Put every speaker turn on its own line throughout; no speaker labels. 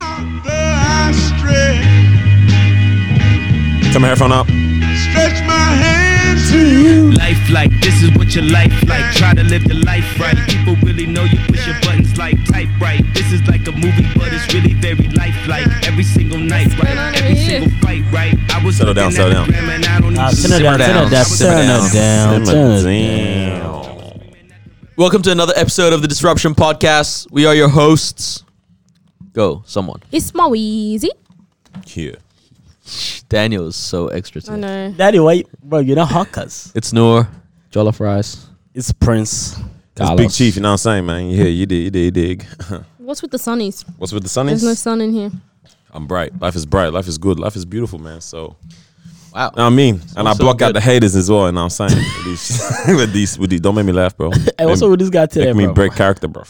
I stretch,
Turn my headphone up.
stretch my hand to you.
Life like this is what your life like. Try to live your life right. People really know you push your buttons like type right. This is like a movie, but it's really very lifelike. Every single night, right? Every single fight, right? I was
Settle down,
looking
settle
at the
down.
gram and I don't
Uh,
even
turn it down, turn it down, turn it down, turn it down.
Welcome to another episode of the Disruption Podcast. We are your hosts. Go, someone.
It's more easy.
Here.
Daniel is so extra.
I
Today.
know.
Daddy, why, bro? You're not hawkers.
It's Noor.
Jollof rice.
It's Prince.
That's Big Chief, you know what I'm saying, man? Yeah, you dig, you dig, you dig.
What's with the sunnies?
What's with the sun
There's no sun in here.
I'm bright. Life is bright. Life is good. Life is beautiful, man. So,
Wow.
know what I mean? and I
so
block out
good.
the haters as well, you know what I'm saying? with, these, with, these, with these, don't make me laugh, bro.
Hey, what's up
Make-
with this guy today,
Make me
bro?
break character, bro.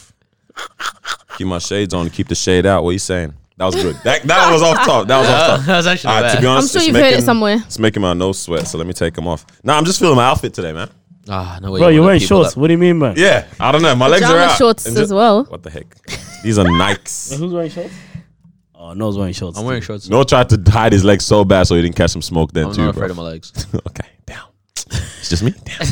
Keep my shades on. Keep the shade out. What you saying? That was good. That, that was off top. That was off top.
Uh, that was actually
All right, Ah, to be honest,
sure
it's
you've heard it
making-
somewhere.
It's making my nose sweat, so let me take them off. Nah, I'm just feeling my outfit today, man.
Ah, no way.
Bro,
you
you're
wanna
wearing
people
shorts.
that-
What do you mean, man?
Yeah, I don't know. My legs are
Pajama
out.
shorts
And
as
ju-
well.
What the heck? These are Nikes.
Who's wearing shorts? Oh, no, one's wearing shorts.
I'm wearing shorts.
Noah tried to hide his legs so bad so he didn't catch some smoke then
I'm
too,
not
bro.
afraid of my legs.
okay, damn. It's just me. Damn.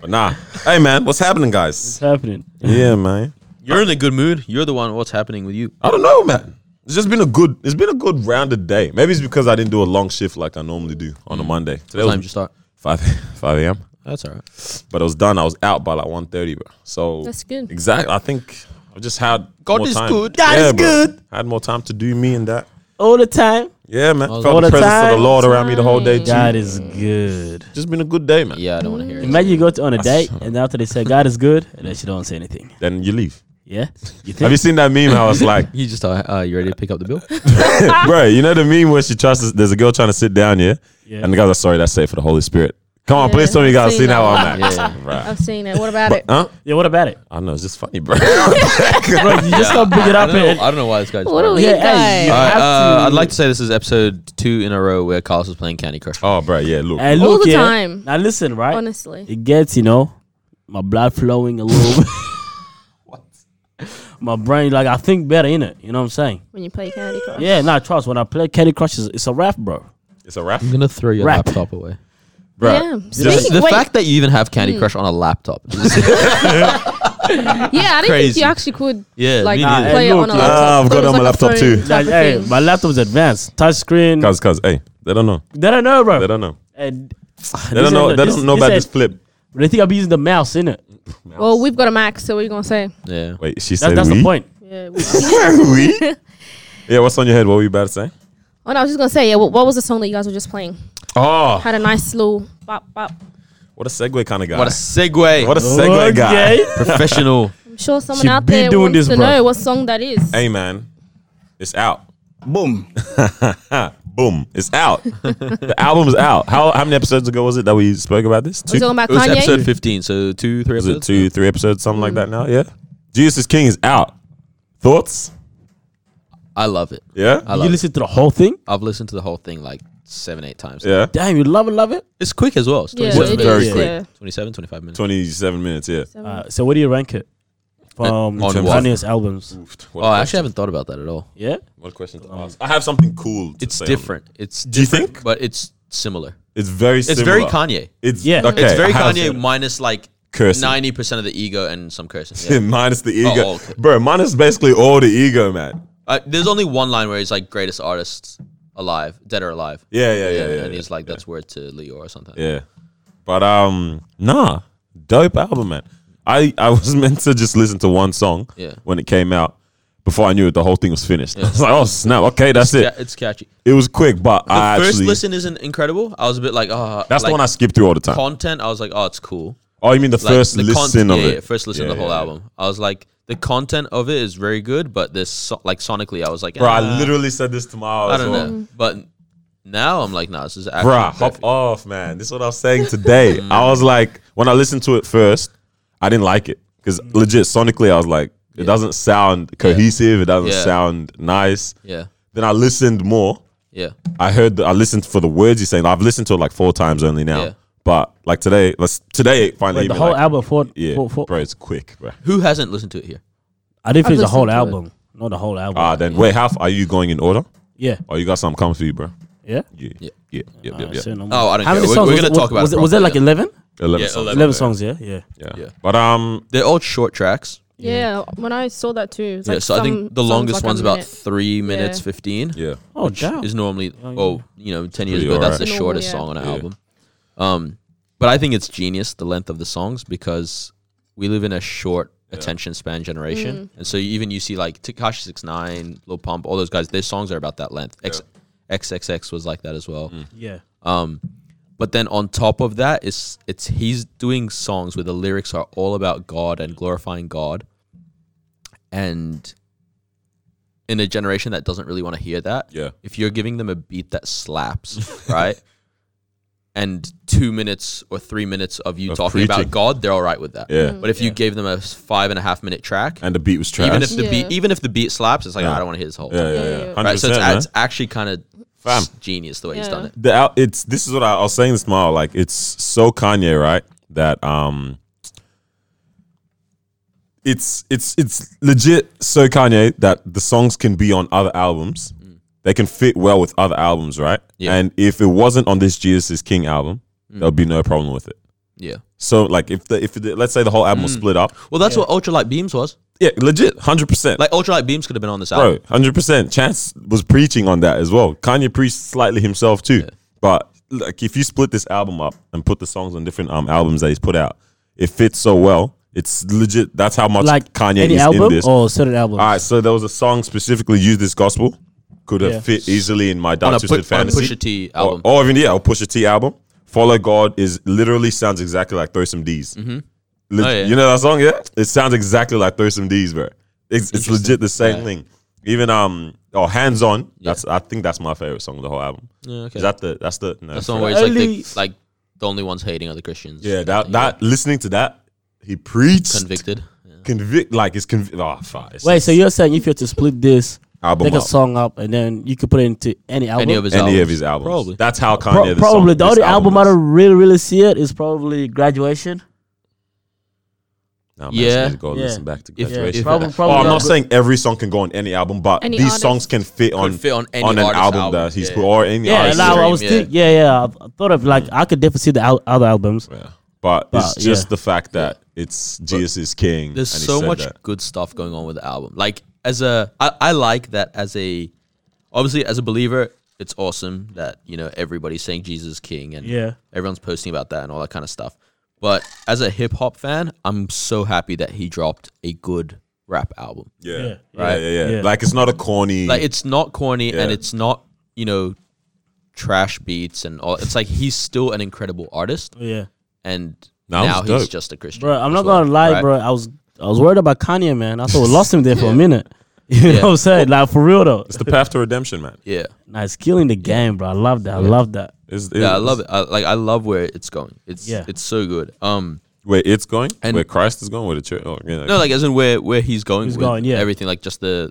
but nah. Hey man, what's happening, guys?
What's happening?
Yeah, man.
You're in a good mood. You're the one. What's happening with you?
I don't know, man. It's just been a good. It's been a good rounded day. Maybe it's because I didn't do a long shift like I normally do on a Monday. Today
What time did you
was
start?
five five a.m.
That's all right.
But I was done. I was out by like 1.30, bro. So
That's good.
Exactly. I think I just had
God
more
is
time.
good.
God is
bro.
good.
I had more time to do me and that.
All the time.
Yeah, man. Felt
All
the
the
presence of
time.
the Lord around me the whole day too.
God is good.
Just been a good day, man.
Yeah, I don't want to hear it.
Imagine you go to, on a
That's-
date and after they say God is good, and then she don't say anything.
Then you leave.
Yeah, you
Have you
think?
seen that meme? I was like,
You just thought, uh, you ready to pick up the bill?
bro, you know the meme where she tries to, there's a girl trying to sit down, yeah?
Yeah.
And the guys are sorry, that's safe for the Holy Spirit. Come on,
Yeah,
please tell me you guys
seen
seen
that
how I'm
one.
at. Right.
I've seen it. What about it?
Huh?
Yeah, what about it?
I know, it's just funny, bro.
Bro, you just gotta bring it
I
up
don't, know,
and
I don't know why this guy's.
What are
All
we
Yeah,
guys?
hey, you-
right,
have
uh,
to-
I'd like to say this is episode two in a row where Carlos is playing Candy Crush.
oh, bro, yeah, look.
and
All
look
the
yeah,
time.
Now listen, right?
Honestly.
It gets you know my blood flowing a little. bit. My brain, like I think better in it. You know what I'm saying?
When you play Candy Crush.
Yeah, nah, trust. When I play Candy Crush, it's, it's a rap, bro.
It's a wrap.
I'm gonna throw your
Rap.
laptop away.
Bro.
Yeah.
Just,
Speaking-
The
Wait. Hmm.
fact that you even have Candy Crush on a laptop.
Yeah, I didn't think
Crazy.
you actually could
Yeah,
like
me neither.
play it
Nah,
on a
look,
laptop.
ah, I've
Thought
got
it
it on my
was like a
laptop
phone
too.
type
Like,
of
hey,
thing.
my laptop's advanced, touch screen.
cuz, cuz, hey, they don't know.
They don't know, bro.
They don't know.
Hey,
They don't know. They don't know about this flip.
They think I'll be using the mouse in it.
Well, we've got a Mac, so what are you gonna say?
yeah.
Wait, she
That's,
said
that's
we?
the point.
Yeah. we-
we? Yeah, what's on your head? What were you about to say?
oh, no, I was just gonna say. Yeah. What, what was the song that you guys were just playing?
Oh,
Had a nice little bop bop.
what a segue kind of guy.
What a segue.
uh, What a segue guy.
Okay.
professional.
I'm sure someone
She
out
be
there
doing
wants
this,
to
bro.
know what song that is.
Hey, man, it's out.
Boom.
Boom, it's out. the album is out. How how many episodes ago was it that we spoke about this? Two,
We're talking about
It was
Kanye.
episode 15, so two, three
was it
episodes.
two, three episodes, something like
Mm.
that? Now, yeah. Jesus is King is out. Thoughts?
I love it.
Yeah,
I
You
love it.
listen to the whole thing?
I've listened to the whole thing like seven, eight times.
yeah.
Damn, you love it, love it.
It's quick as well. It's
Yeah,
27,
it
Very
is,
quick.
yeah.
27 25 minutes.
Twenty-seven minutes.
Oh,
Yeah.
Uh, so, where do you rank it
Eh,
from
on
from
what?
Kanye's albums?
What a
Oh, I
question.
actually haven't thought about that at all.
Yeah,
What a question to ask. I have something cool. To
It's
say on
different. It's
Do you think?
but it's similar.
It's very.
It's
similar.
very Kanye.
It's
Yeah.
Okay.
it's very
I have-
Kanye minus like
Cursing.
ninety percent of the ego and some cursing. Yeah.
minus the ego,
Oh, okay.
bro. Minus basically all the ego, man.
Uh, there's only one line where he's like greatest artists alive, dead or alive.
Yeah, yeah, yeah, yeah.
and
yeah.
he's like that's word to Leo or something.
Yeah. But um nah, dope album, man. I I was meant to just listen to one song
Yeah.
when it came out. Before I knew it, the whole thing was finished. I was like, "Oh snap! Okay, that's
It's,
it.
ca- it's catchy.
It was quick, but
The
I
first
actually
listen isn't incredible. I was a bit like, oh,
that's
like,
the one I skip through all the time.
content. I was like, oh, it's cool.
oh, you mean the
Like,
first
the con-
listen of
yeah,
it?
yeah, first listen to
Yeah,
the whole
yeah, yeah.
album. I was like, the content of it is very good, but this so- like sonically, I was like,
Bro,
ah,
I literally said this tomorrow.
I don't know. But now I'm like, nah, this is actually
Bruh, hop
perfect.
off, man. This is what I was saying today. I
Mm.
was like, when I listened to it first, I didn't like it because
Mm.
legit sonically, I was like, it doesn't sound cohesive. It doesn't
Yeah.
sound nice.
Yeah,
Then I listened more.
yeah,
I heard that I listened for the words he's saying. I've listened to it like four times only now.
Yeah.
But like today, let's today it finally.
Wait, the
hit me,
whole
like,
album. For,
Yeah,
for, for,
bro, it's quick, bro.
Who hasn't listened to it here?
I didn't
I've
finish the
listened
whole
to it.
album. Not the whole album.
Ah, then wait, how f- are you going in order?
yeah.
Oh, you got something coming for you, bro.
Yeah.
Yeah,
Yeah.
yeah, yeah, yeah,
Ah,
yeah.
shit, no more.
Oh, I don't
How
care.
many
We're,
songs
we're
was
gonna
it-
talk about.
Was
it
it, was it like 11?
Eleven.
Yeah,
songs.
11.
11 songs, yeah. Yeah.
Yeah.
Yeah.
but um,
They're all short tracks.
Yeah, when I saw that too. it was
Yeah,
like
so I
some-
think the
songs
longest
like a
one's about
minute.
three minutes
Yeah.
fifteen.
yeah,
Oh, damn.
is normally
yeah.
oh you know ten years
Pretty
ago that's
alright.
the
Normal,
shortest
yeah.
song on an
Yeah.
album. Um, but I think it's genius the length of the songs because we live in a short attention span generation,
Mm.
and so even you see like Takashi Six Nine, Lil Pump, all those guys, their songs are about that length. X XXX was like that as well.
Mm.
Yeah.
Um, but then on top of that is it's he's doing songs where the lyrics are all about God and glorifying God, and in a generation that doesn't really want to hear that,
yeah,
if you're giving them a beat that slaps, right? And two minutes or three minutes of you
Of
talking about
preaching.
God, they're all right with that.
Mm,
yeah.
But if you gave them a s- five and a half minute track,
And the beat was trash.
even if the
Yeah.
beat even if the beat slaps, it's like
Yeah.
I don't want to hear this whole.
yeah,
thing.
yeah,
Yeah,
yeah.
yeah.
Hundred
Right, so it's,
percent,
it's
man.
actually kind
Fam.
of genius the way he's
Yeah.
done it.
the out it's this is what I, I was saying this tomorrow. Like it's so Kanye, right? That um it's it's it's legit so Kanye that the songs can be on other albums. They can fit well with other albums, right?
Yeah.
And if it wasn't on this Jesus is King album, there'll be no problem with it.
Yeah.
So like if the if the, let's say the whole album was split up,
Well, that's what Ultralight Beams was.
yeah, legit, hundred percent.
Like Ultralight Beams could have been on this
Bro,
album.
hundred percent. Chance was preaching on that as well. Kanye preached slightly himself too. But like, if you split this album up and put the songs on different um albums that he's put out, it fits so well. It's legit. That's how much
Like
Kanye
any
is in
album
this. Ah,
or certain album?
All right, so there was a song specifically "Use This Gospel" could have
Yeah.
fit easily in my
on a,
Dark
pu-
Twisted
on a
Fantasy
Pusha T album.
Or, or even yeah, or Pusha T album. Follow God is literally sounds exactly like Throw Some D's. Mm-hmm.
Oh, yeah.
You know that song, yeah? It sounds exactly like Throw Some D's, bro. It's, it's legit the same thing. Even um, oh, hands on. That's I think that's my favorite song of the whole album.
Yeah, okay.
Is that the that's the no?
That's the one
bro.
where it's like
Only-
the, like the only ones hating are the Christians.
yeah, that that listening to that, he preached
convicted. Yeah.
convict like it's convict. Oh, fuck, it's
Wait, so you're saying if you were to split this,
album
take a
up.
song up, and then you could put it into any album?
Any of his
any
albums.
of his albums.
Probably.
That's how Kanye.
Pro-
the song-
probably the
this
only album, I
is.
don't really, really see it is probably Graduation.
Nah, man,
Yeah.
so you go
Yeah.
listen back to
If-
graduation.
if-
Probably,
Oh,
Oh,
probably
I'm
not
not saying every song can go on any album, but
Any
these
artist.
songs can fit on
fit on any
on an
artist's
album,
album,
that he's
yeah.
put or any
Yeah,
artist.
and I, I
Extreme,
was
yeah.
think, yeah, yeah. I thought of like I could definitely see the al- other albums.
Yeah. But,
But,
it's just
yeah.
the fact that it's Jesus is king.
There's
and he
so
said
much
that.
good stuff going on with the album. Like as a, I, I like that as a, obviously as a believer, it's awesome that you know everybody's saying Jesus is King and
Yeah.
everyone's posting about that and all that kind of stuff. But as a hip hop fan, I'm so happy that he dropped a good rap album.
Yeah.
Yeah.
Right. Yeah, yeah,
Yeah.
Like it's not a corny.
Like it's not corny and
Yeah.
it's not you know trash beats and all. It's like he's still an incredible artist
Yeah,
and.
That was
now he's
dope.
just a Christian.
bro, I'm
as
not
well,
gonna lie,
right?
bro. I was I was worried about Kanye, man. I thought we lost him there for a minute. You
Yeah.
know what I'm saying? Like for real though,
it's the path to redemption, man.
Yeah.
nah, it's killing the game, bro. I love that. I love that.
It's,
Yeah, I love it. I, like I love where it's going. It's
Yeah.
it's so good. Um,
Where it's going,
And-
where Christ is going, where the church. Oh, yeah.
no, like as in where where he's going.
He's
with
going, yeah.
Everything like just the,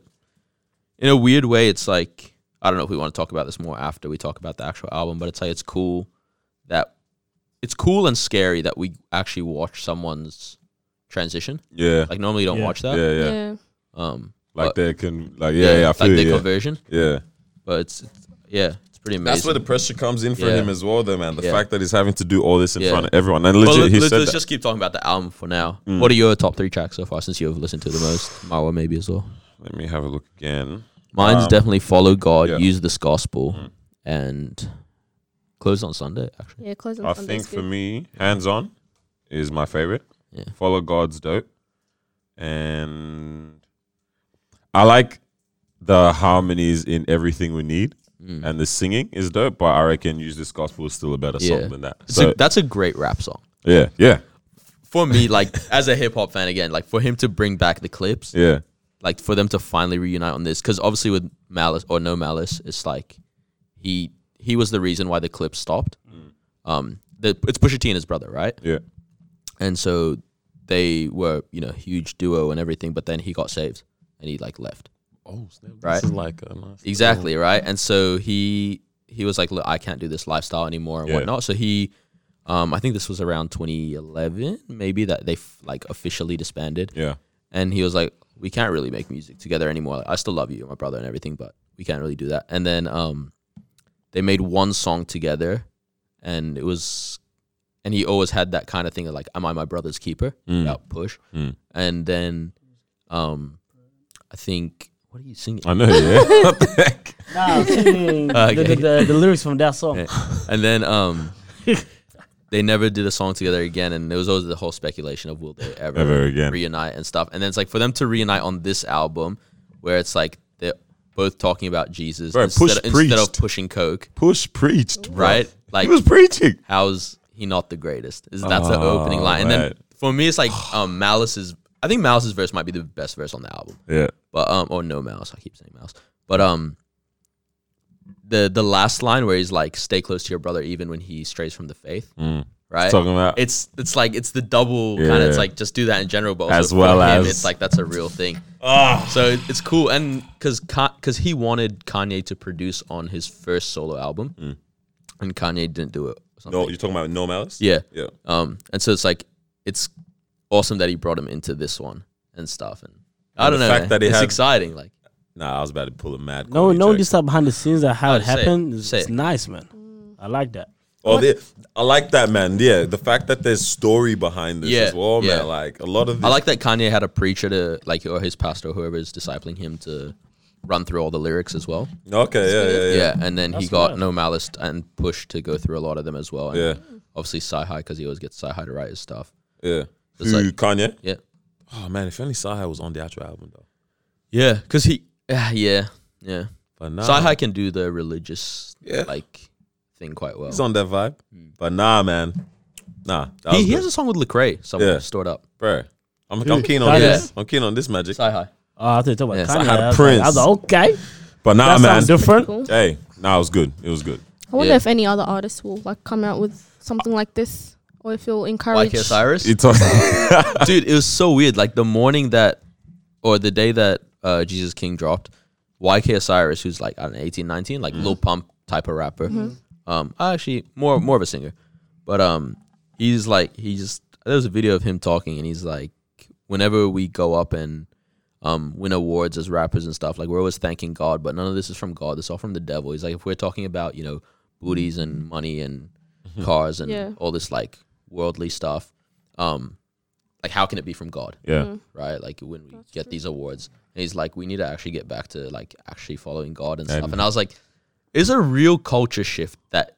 in a weird way, it's like I don't know if we want to talk about this more after we talk about the actual album, but it's like it's cool that it's cool and scary that we actually watch someone's transition.
yeah.
Like normally you don't
Yeah.
watch
yeah,
that.
yeah,
Yeah.
Um,
Like
but-
they can, like yeah, yeah, I feel
like their
you, yeah.
conversion,
yeah.
but it's, it's yeah, it's pretty amazing.
That's where the pressure comes in for
Yeah.
him as well, though, man. The
Yeah.
fact that he's having to do all this in
Yeah.
front of everyone, and
Well,
legit,
let,
he
us
said that. Mm.
just keep talking about the album for now. What are your top three tracks so far since you've listened to the most? Marwa maybe as well.
Let me have a look again.
Mine's
Um,
definitely follow God,
yeah.
use this gospel, and close on Sunday. Actually,
Yeah, closing
I think for me, hands on is my favorite.
Yeah.
Follow God's dope, and I like the harmonies in everything we need,
Mm.
and the singing is dope. But I reckon "Use This Gospel" is still a better
Yeah.
song than that.
It's a-
So
that's a great rap song
yeah, yeah,
for me. Like as a hip hop fan again, like for him to bring back the clips,
yeah,
like for them to finally reunite on this, because obviously with Malice or no Malice, it's like he he was the reason why the clips stopped.
Mm.
Um, the, it's Pusha T and his brother, right?
yeah,
and so they were you know huge duo and everything but then he got saved and he like left oh right
like a nice
exactly right and so he he was like look i can't do this lifestyle anymore and
Yeah.
whatnot so he um i think this was around 2011 maybe that they f- like officially disbanded
yeah,
and he was like we can't really make music together anymore. Like, I still love you, you're my brother and everything, but we can't really do that. And then um, they made one song together, and it was, and he always had that kind of thing of like, "Am I my brother's keeper?" About push, and then, um, I think what are you singing?
I know, yeah. what the heck?
Nah, I'm singing the, the,
Okay.
the, the lyrics from that song.
and then um, they never did a song together again, and there was always the whole speculation of will they ever,
Ever again.
reunite and stuff. And then it's like for them to reunite on this album, where it's like they're both talking about Jesus
Bro, Push
instead, of, instead of
preached.
pushing coke,
Push preached, bro.
right? Like
he was preaching.
how's he not the greatest? Is that's the
Oh,
opening line? And then
right.
for me, it's like um, Malice's. I think Malice's verse might be the best verse on the album
Yeah.
but um or no mouse i keep saying mouse but um the the last line where he's like stay close to your brother even when he strays from the faith
Mm.
right
Talking about-
it's it's like it's the double kind of it's
Yeah.
like just do that in general but also
As
for
well
him,
as-
it's like that's a real thing so it- it's cool and because because he wanted kanye to produce on his first solo album and kanye didn't do it or something.
Mm. No, you're talking about no malice?
yeah
Yeah.
um, and so it's like it's awesome that he brought him into this one and stuff. And I
And
don't
the
know,
fact
man.
that he
it's
had-
exciting. Like
Nah, I was about to pull a mad.
No,
Kanye
no,
joke.
just that behind the scenes that how
No,
it
say it.
happened. It's,
Say
it's
it.
nice, man. I like that.
Oh, they, I like that, man. Yeah, the fact that there's story behind this
Yeah,
as well,
yeah.
man. Like a lot of this,
I like that Kanye had a preacher to like or his pastor, whoever is discipling him to run through all the lyrics as well.
Okay, yeah, yeah, yeah.
Yeah, and then he got no malice and push to go through a lot of them as well. And
Yeah.
obviously Sci High because he always gets Sci High to write his stuff.
yeah.
It's
Who,
like-
Kanye?
Yeah,
Oh man, if only Sahai was on the actual album though.
yeah, because he, ah, yeah, yeah.
But nah,
Sci High can do the religious
Yeah.
like thing quite well.
he's on that vibe. But nah, man, nah. That
He,
was
he
good.
has a song with Lecrae somewhere
Yeah.
stored up.
bro. I'm, I'm keen on
Kanye.
this. I'm keen on this magic.
Sci High.
Oh, I thought you were talking about
Yes, I
Kanye.
had
I was
Prince.
Like, I was like, okay,
But nah,
that sounds
man.
different.
Cool.
Hey, nah, it was good. It was good.
I wonder
Yeah.
if any other artists will like come out with something like this, or if you'll encourage.
Like Osiris.
It's on
dude it was so weird like the morning that or the day that uh, jesus king dropped yk osiris who's like i don't know 18 19 like lil pump type of rapper um actually more more of a singer but um he's like he just there was a video of him talking and he's like whenever we go up and um, win awards as rappers and stuff. Like we're always thanking God, but none of this is from God. It's all from the devil. He's like, if we're talking about you know booties and money and cars and
Yeah.
all this like worldly stuff, um, like how can it be from God,
yeah.
right? Like when we get these awards, and he's like, we need to actually get back to like actually following God and stuff.
And-
And I was like, it's a real culture shift that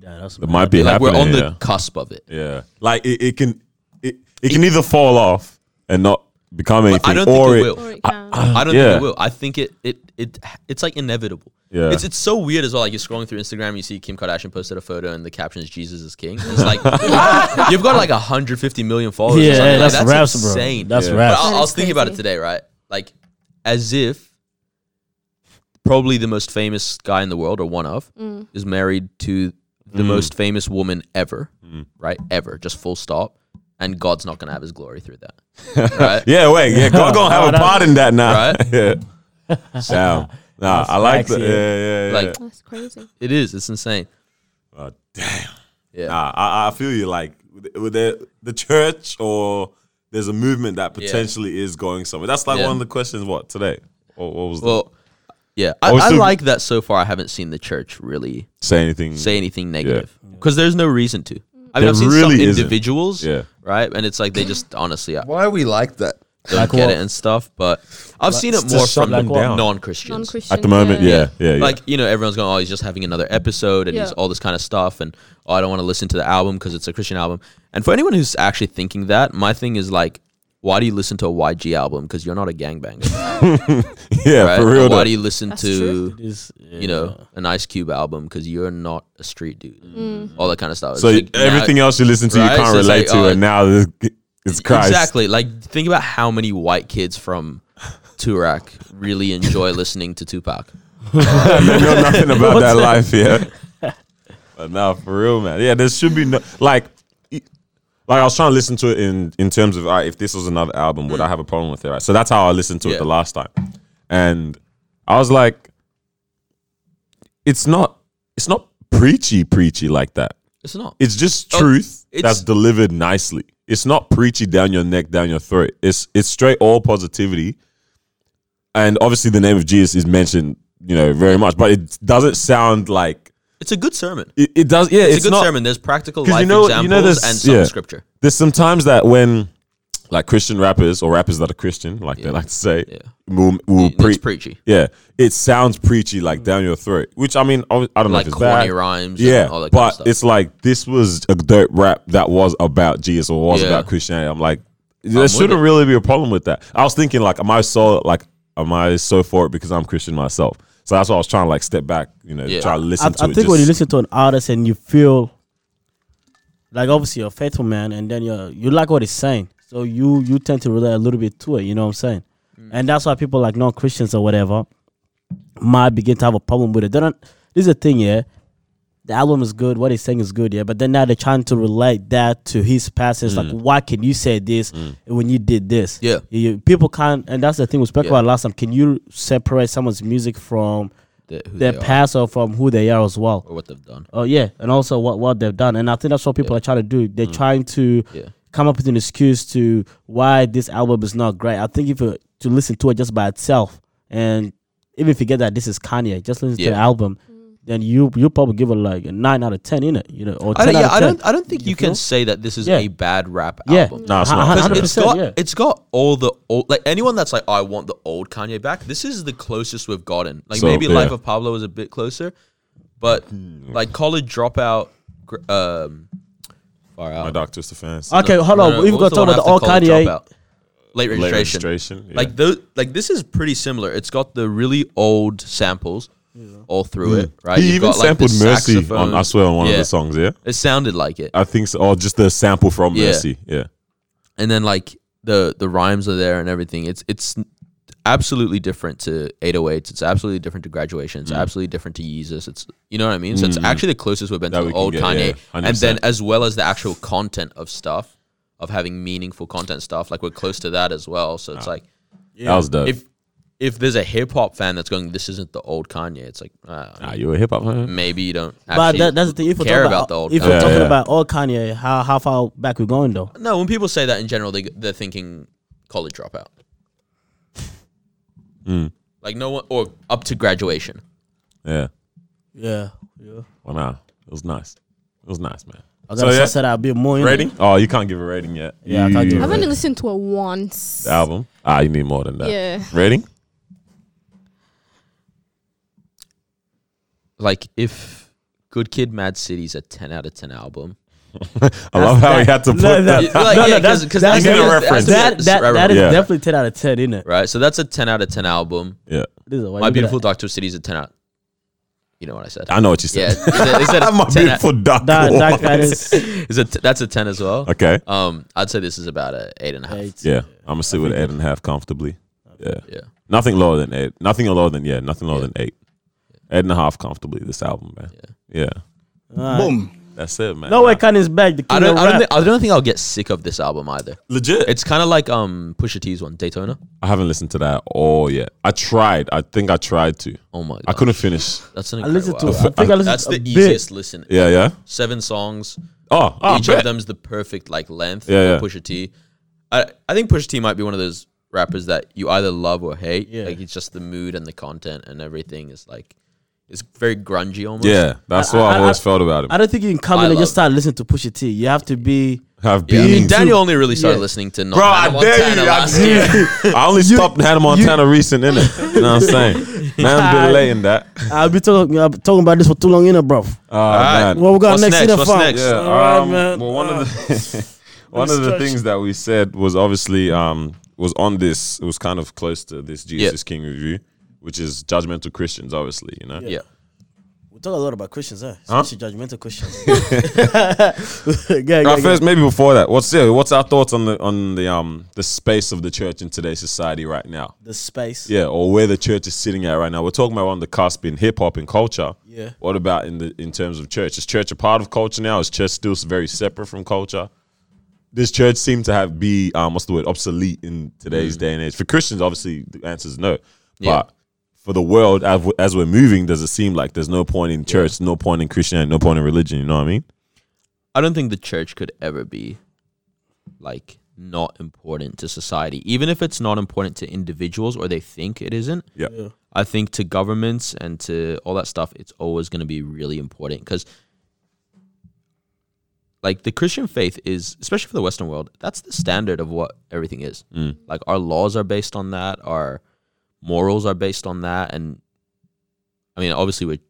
Yeah, that's
It might be
like
happening.
we're on the
yeah.
cusp of it.
Yeah, like it, it can it, it can either fall off and not become anything,
I don't
or
think it
it-
will.
Or Oh, it can.
I don't
Yeah.
think it will. I think it it it it's like inevitable.
Yeah.
It's it's so weird as well. Like you're scrolling through Instagram, and you see Kim Kardashian posted a photo and the caption is Jesus is king. It's like you've got like 150 million followers. or
Yeah,
something. Like,
that's, raps,
insane.
bro. That's
Yeah.
But uh,
raps.
I, I
That
was
is
thinking about it
crazy.
today, right? Like as if probably the most famous guy in the world or one of is married to the most famous woman ever, right? Ever, just full stop. And God's not gonna have His glory through that, right?
Yeah, wait. Yeah, God gonna have a part in that now.
Right?
yeah. Damn. Nah, I like
facts,
that. Yeah,
yeah.
yeah, yeah.
Like
That's crazy.
it is. It's insane.
Oh, damn.
Yeah.
Nah, I, I feel you. Like with- with the the church or there's a movement that potentially is going somewhere. That's like
Yeah.
one of the questions. What today? What, what was the-
Well, yeah, I,
Or
I
so-
like that. So far, I haven't seen the church really
say anything?
say anything negative because there's no reason to. I mean,
There
I've seen some
really isn't.
individuals,
Yeah.
right, and it's like they just honestly I
Why are we like that?
don't
Like
get
what?
it and stuff. But I've seen it
just
more
shut
from
them down.
non-Christians.
Non-Christian.
at the moment, yeah, yeah, yeah.
Like you know, everyone's going, "Oh, he's just having another episode," and he's
Yeah.
all this kind of stuff, and oh, I don't want to listen to the album because it's a Christian album. And for anyone who's actually thinking that, my thing is like, why do you listen to a YG album? Because you're not a gangbanger,
yeah,
right?
for real.
Or
though.
why do you listen
That's
to
true.
It's- yeah.
you know, an Ice Cube album because you're not a street dude,
Mm.
all that kind of stuff.
so
It's like,
everything
now-
else you listen to,
right?
you can't
So it's
relate
like,
to,
oh,
and now this, it's Christ.
exactly. Like, think about how many white kids from Turak really enjoy listening to Tupac.
you know nothing about that life, yeah. But nah, for real, man. Yeah, there should be no like. e- Like I was trying to listen to it in in terms of all right, if this was another album, would I have a problem with it? Right. So that's how I listened to it
Yeah.
the last time, and I was like, it's not it's not preachy preachy like that.
It's not.
It's just
Oh,
truth
it's-
that's delivered nicely. it's not preachy down your neck, down your throat. It's it's straight all positivity, and obviously the name of Jesus is mentioned, you know, very much. But it doesn't sound like
It's a good sermon.
it, it does. Yeah,
It's,
it's,
a good
not,
sermon. There's practical
'cause you
life
know- you know
examples
this-
and some
yeah.
scripture.
There's sometimes that when like Christian rappers or rappers that are Christian, like they like to say,
Yeah.
will will
It's
preach.
preachy.
Yeah, it sounds preachy, like down your throat. Which I mean, I I don't know
Mm. Like
if it's
corny
bad.
rhymes
Yeah,
and all that
but
kind of stuff.
it's like this was a dope rap that was about Jesus or was
Yeah.
about Christianity. I'm like, there
with
shouldn't
it.
really be a problem with that. I was thinking like, am I so like, am I so for it because I'm Christian myself? So that's why I was trying to like step back, you know,
Yeah.
try to
I,
listen to
I
it.
think when you
just-
listen to an artist and you feel like obviously you're a faithful man, and then you you like what he's saying, so you you tend to relate a little bit to it. You know what I'm saying?
Mm.
And that's why people like non Christians or whatever might begin to have a problem with it. They don't. This is the thing, yeah. The album is good. What he's saying is good, yeah. But then now they're trying to relate that to his past. It's
Mm.
like, why can you say this when you did this?
Yeah.
You- you- people can't. And that's the thing we spoke
Yeah.
about last time. Can you separate someone's music from
The- who
their
they are
past or from who they are as well.
or what they've done.
Oh yeah, and also what what they've done, and I think that's what people are trying to do. They're trying to
Mm. Yeah.
come up with an excuse to why this album is not great. I think if you to listen to it just by itself, and even forget that this is Kanye, just listen
Yeah.
to the album, then you you probably give it like a nine out of ten in it, you know, or
I
ten
don't, yeah,
out
I
of ten.
don't. I don't think you, can
feel?
say that this is
Yeah.
a bad rap
yeah,
album.
No, it's not.
Hun- hun-
'Cause
Hundred
it's got
percent. Yeah.
it's got all the old like anyone that's like I want the old Kanye back. This is the closest we've gotten. Like
So,
maybe
yeah. Hmm,
Life of Pablo is a bit closer, but like College Dropout, gr- um, far out.
my dark twisted fantasy.
Okay, hold
No,
on.
no,
We've
what was
got to talk
one
about the
after
all
College
Kanye.
Dropout? Late registration.
Late registration, yeah.
Like those, like this is pretty similar. It's got the really old samples all through it, right?
Hmm. he
You've
even
got, like, the
sampled Mercy on
saxophone.
I swear on one of
Yeah.
the songs. Yeah,
It sounded like it.
I think so. Or just the sample from
Yeah.
Mercy. Yeah,
and then like the the rhymes are there and everything. It's it's absolutely different to 808s. It's absolutely different to graduation. It's
Mm.
absolutely different to Yeezus. It's you know what I mean. So it's actually the closest we've been
That
to
we
the
can
old
get,
Kanye,
yeah,
and then
100%.
as well as the actual content of stuff, of having meaningful content stuff. Like we're close to that as well. So it's like
Ah. that was dope.
if if there's a hip hop fan that's going, this isn't the old Kanye. It's like ah,
ah, you a hip hop fan?
maybe you don't.
But
Actually
that, that's the thing. If we're
care
talking
about,
about,
the old.
if
Kanye.
we're
Yeah,
talking
yeah.
about all Kanye, how how far back we're going though?
No, when people say that in general, they they're thinking college dropout.
Hmm.
Like no one or up to graduation.
Yeah,
Yeah, yeah.
well, nah, it was nice. It was nice, man.
I gotta
So, yeah.
suss that out a bit more. innit?
Rating? Oh, you can't give a rating yet.
Yeah, I can't give
You-
a
I
rating.
haven't listened to it once.
The album. Ah, you need more than that.
Yeah.
Rating?
Like if Good Kid, Mad City's a ten out of ten album.
I love how he had to put
No, no.
that.
Like, yeah,
that's-
'cause- 'cause
that's-
that-
You need a
that's-
reference.
That
that's-
that,
right,
that
right,
is
Yeah.
definitely ten out of ten, isn't it?
right. So that's a ten out of ten album.
Yeah.
This is why
My
you
beautiful
gotta-
Dark Twisted City's a ten out. You know what I said?
I know what you
Yeah,
said.
is that, is that a
My
10 out-
beautiful dark,
Dark,
Lord.
dark that is
is a t- that's a ten as well.
Okay.
Um, I'd say this is about a eight and a half.
eight.
Yeah. I'm gonna sit with eight and a half comfortably. Yeah.
Yeah,
Nothing lower than eight. Nothing lower than yeah, nothing lower than eight. Eight and a half comfortably, this album, man. Yeah.
Boom.
That's it, man.
No way, Kanye's back. The king
I don't.
of
I don't,
rap.
think, I don't think I'll get sick of this album either.
legit.
It's kind of like um Pusha T's one, Daytona.
I haven't listened to that all yet. I tried. I think I tried to.
Oh my!
I
gosh.
couldn't finish.
That's an
I
incredible
listened to. I
album.
think I listened
That's
to
the
a bit.
easiest listen.
Yeah, yeah.
Seven songs.
Oh,
Ah,
oh
each
bet.
of them's the perfect like length.
Yeah,
Yeah,
yeah.
Pusha T. I, I think Pusha T might be one of those rappers that you either love or hate.
Yeah.
Like it's just the mood and the content and everything is like it's very grungy almost.
Yeah, that's
I-
what
I-
I've always
I-
felt about him.
I don't think you can come
I
in and
love
just start listening to Pusha T. You have to be.
Have
Yeah, I mean,
beans.
Daniel only really started
Yeah.
listening to
Bro,
Nirvana
I dare you.
Montana
I
last
dare
year.
you. I only stopped Hannah Montana recent, innit? You know what I'm saying? Man, I'm delaying that.
I'll be talking. I'll be talking about this for too long, innit, bro.
Oh, man.
What we got
What's
next?
next?
in the
What's
farm?
next?
yeah,
All right,
um,
man.
Well, one of the one
me
of the
stretch.
things that we said was obviously um, was on this. It was kind of close to this Jesus is King review, which is judgmental Christians, obviously. You know,
yeah.
We talk a lot about Christians, eh?
Huh?
Especially judgmental Christians. go, go,
Now,
go.
first, maybe before that, what's yeah, what's our thoughts on the on the um the space of the church in today's society right now?
the space.
Yeah, or where the church is sitting at right now. We're talking about on the cusp in hip hop and culture.
Yeah.
What about in the in terms of church? Is church a part of culture now? Is church still very separate from culture? Does church seem to have be um what's the word obsolete in today's day and age? For Christians, obviously the answer is no.
Mm. Yeah.
But for the world, as, we- as we're moving, does it seem like there's no point in church, no point in Christianity, no point in religion? You know what I mean?
I don't think the church could ever be like not important to society, even if it's not important to individuals or they think it isn't.
Yeah.
Yeah.
I think to governments and to all that stuff, it's always going to be really important because, like, the Christian faith is, especially for the Western world, that's the standard of what everything is. Like, our laws are based on that, our morals are based on that. And I mean, obviously, we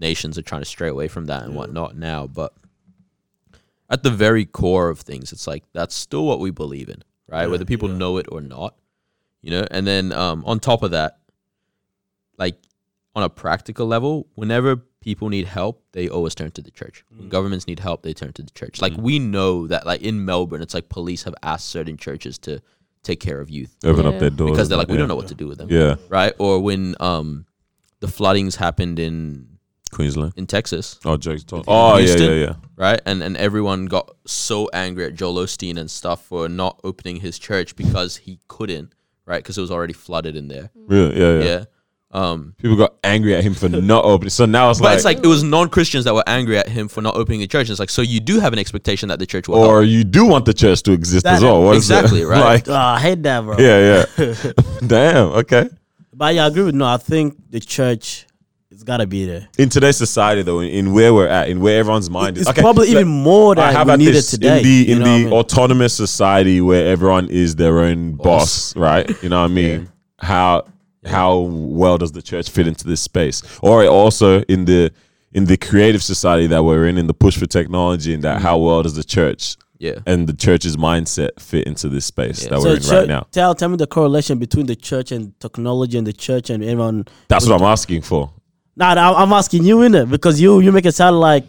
nations are trying to stray away from that and whatnot now, but at the very core of things, it's like that's still what we believe in, right? Whether people know it or not, you know. And then um, on top of that, like on a practical level, whenever people need help, they always turn to the church. When governments need help, they turn to the church. Like we know that, like in Melbourne, it's like police have asked certain churches to take care of youth
Open
Yeah.
up their doors
because they're like, we
yeah.
don't know what to do with them,
Yeah,
right? Or when um, the floodings happened in
Queensland.
in Texas,
Oh, Jake's talking. Oh, yeah, yeah,
Houston?
yeah.
right? And and everyone got so angry at Joel Osteen and stuff for not opening his church because he couldn't, right? Because it was already flooded in there.
Really? Yeah, yeah,
Yeah. Um,
People got angry at him for not opening. So now it's
but
like,
it's like it was non Christians that were angry at him for not opening the church. It's like so you do have an expectation that the church will
or
help.
you do want the church to exist
That-
as well. What is it?
Exactly, right.
like,
Oh, I hate that, bro.
yeah, yeah. Damn. Okay.
But yeah, I agree with no. I think the church, it's gotta be there.
In today's society, though, in, in where we're at, in where everyone's mind
It's
is, okay,
probably
let-
even more
I
that
have
we
at
need it
this
today.
in the
you
in
know
the
what I mean?
autonomous society where everyone is their own boss, right? You know what I mean? How how well does the church fit into this space? Or also in the in the creative society that we're in, in the push for technology, and that
Mm.
how well does the church
Yeah.
and the church's mindset fit into this space that
So
we're in
chur-
right now?
Tell tell me the correlation between the church and technology and the church and everyone.
That's what I'm asking for.
Nah, nah, I'm asking you in it because you you make it sound like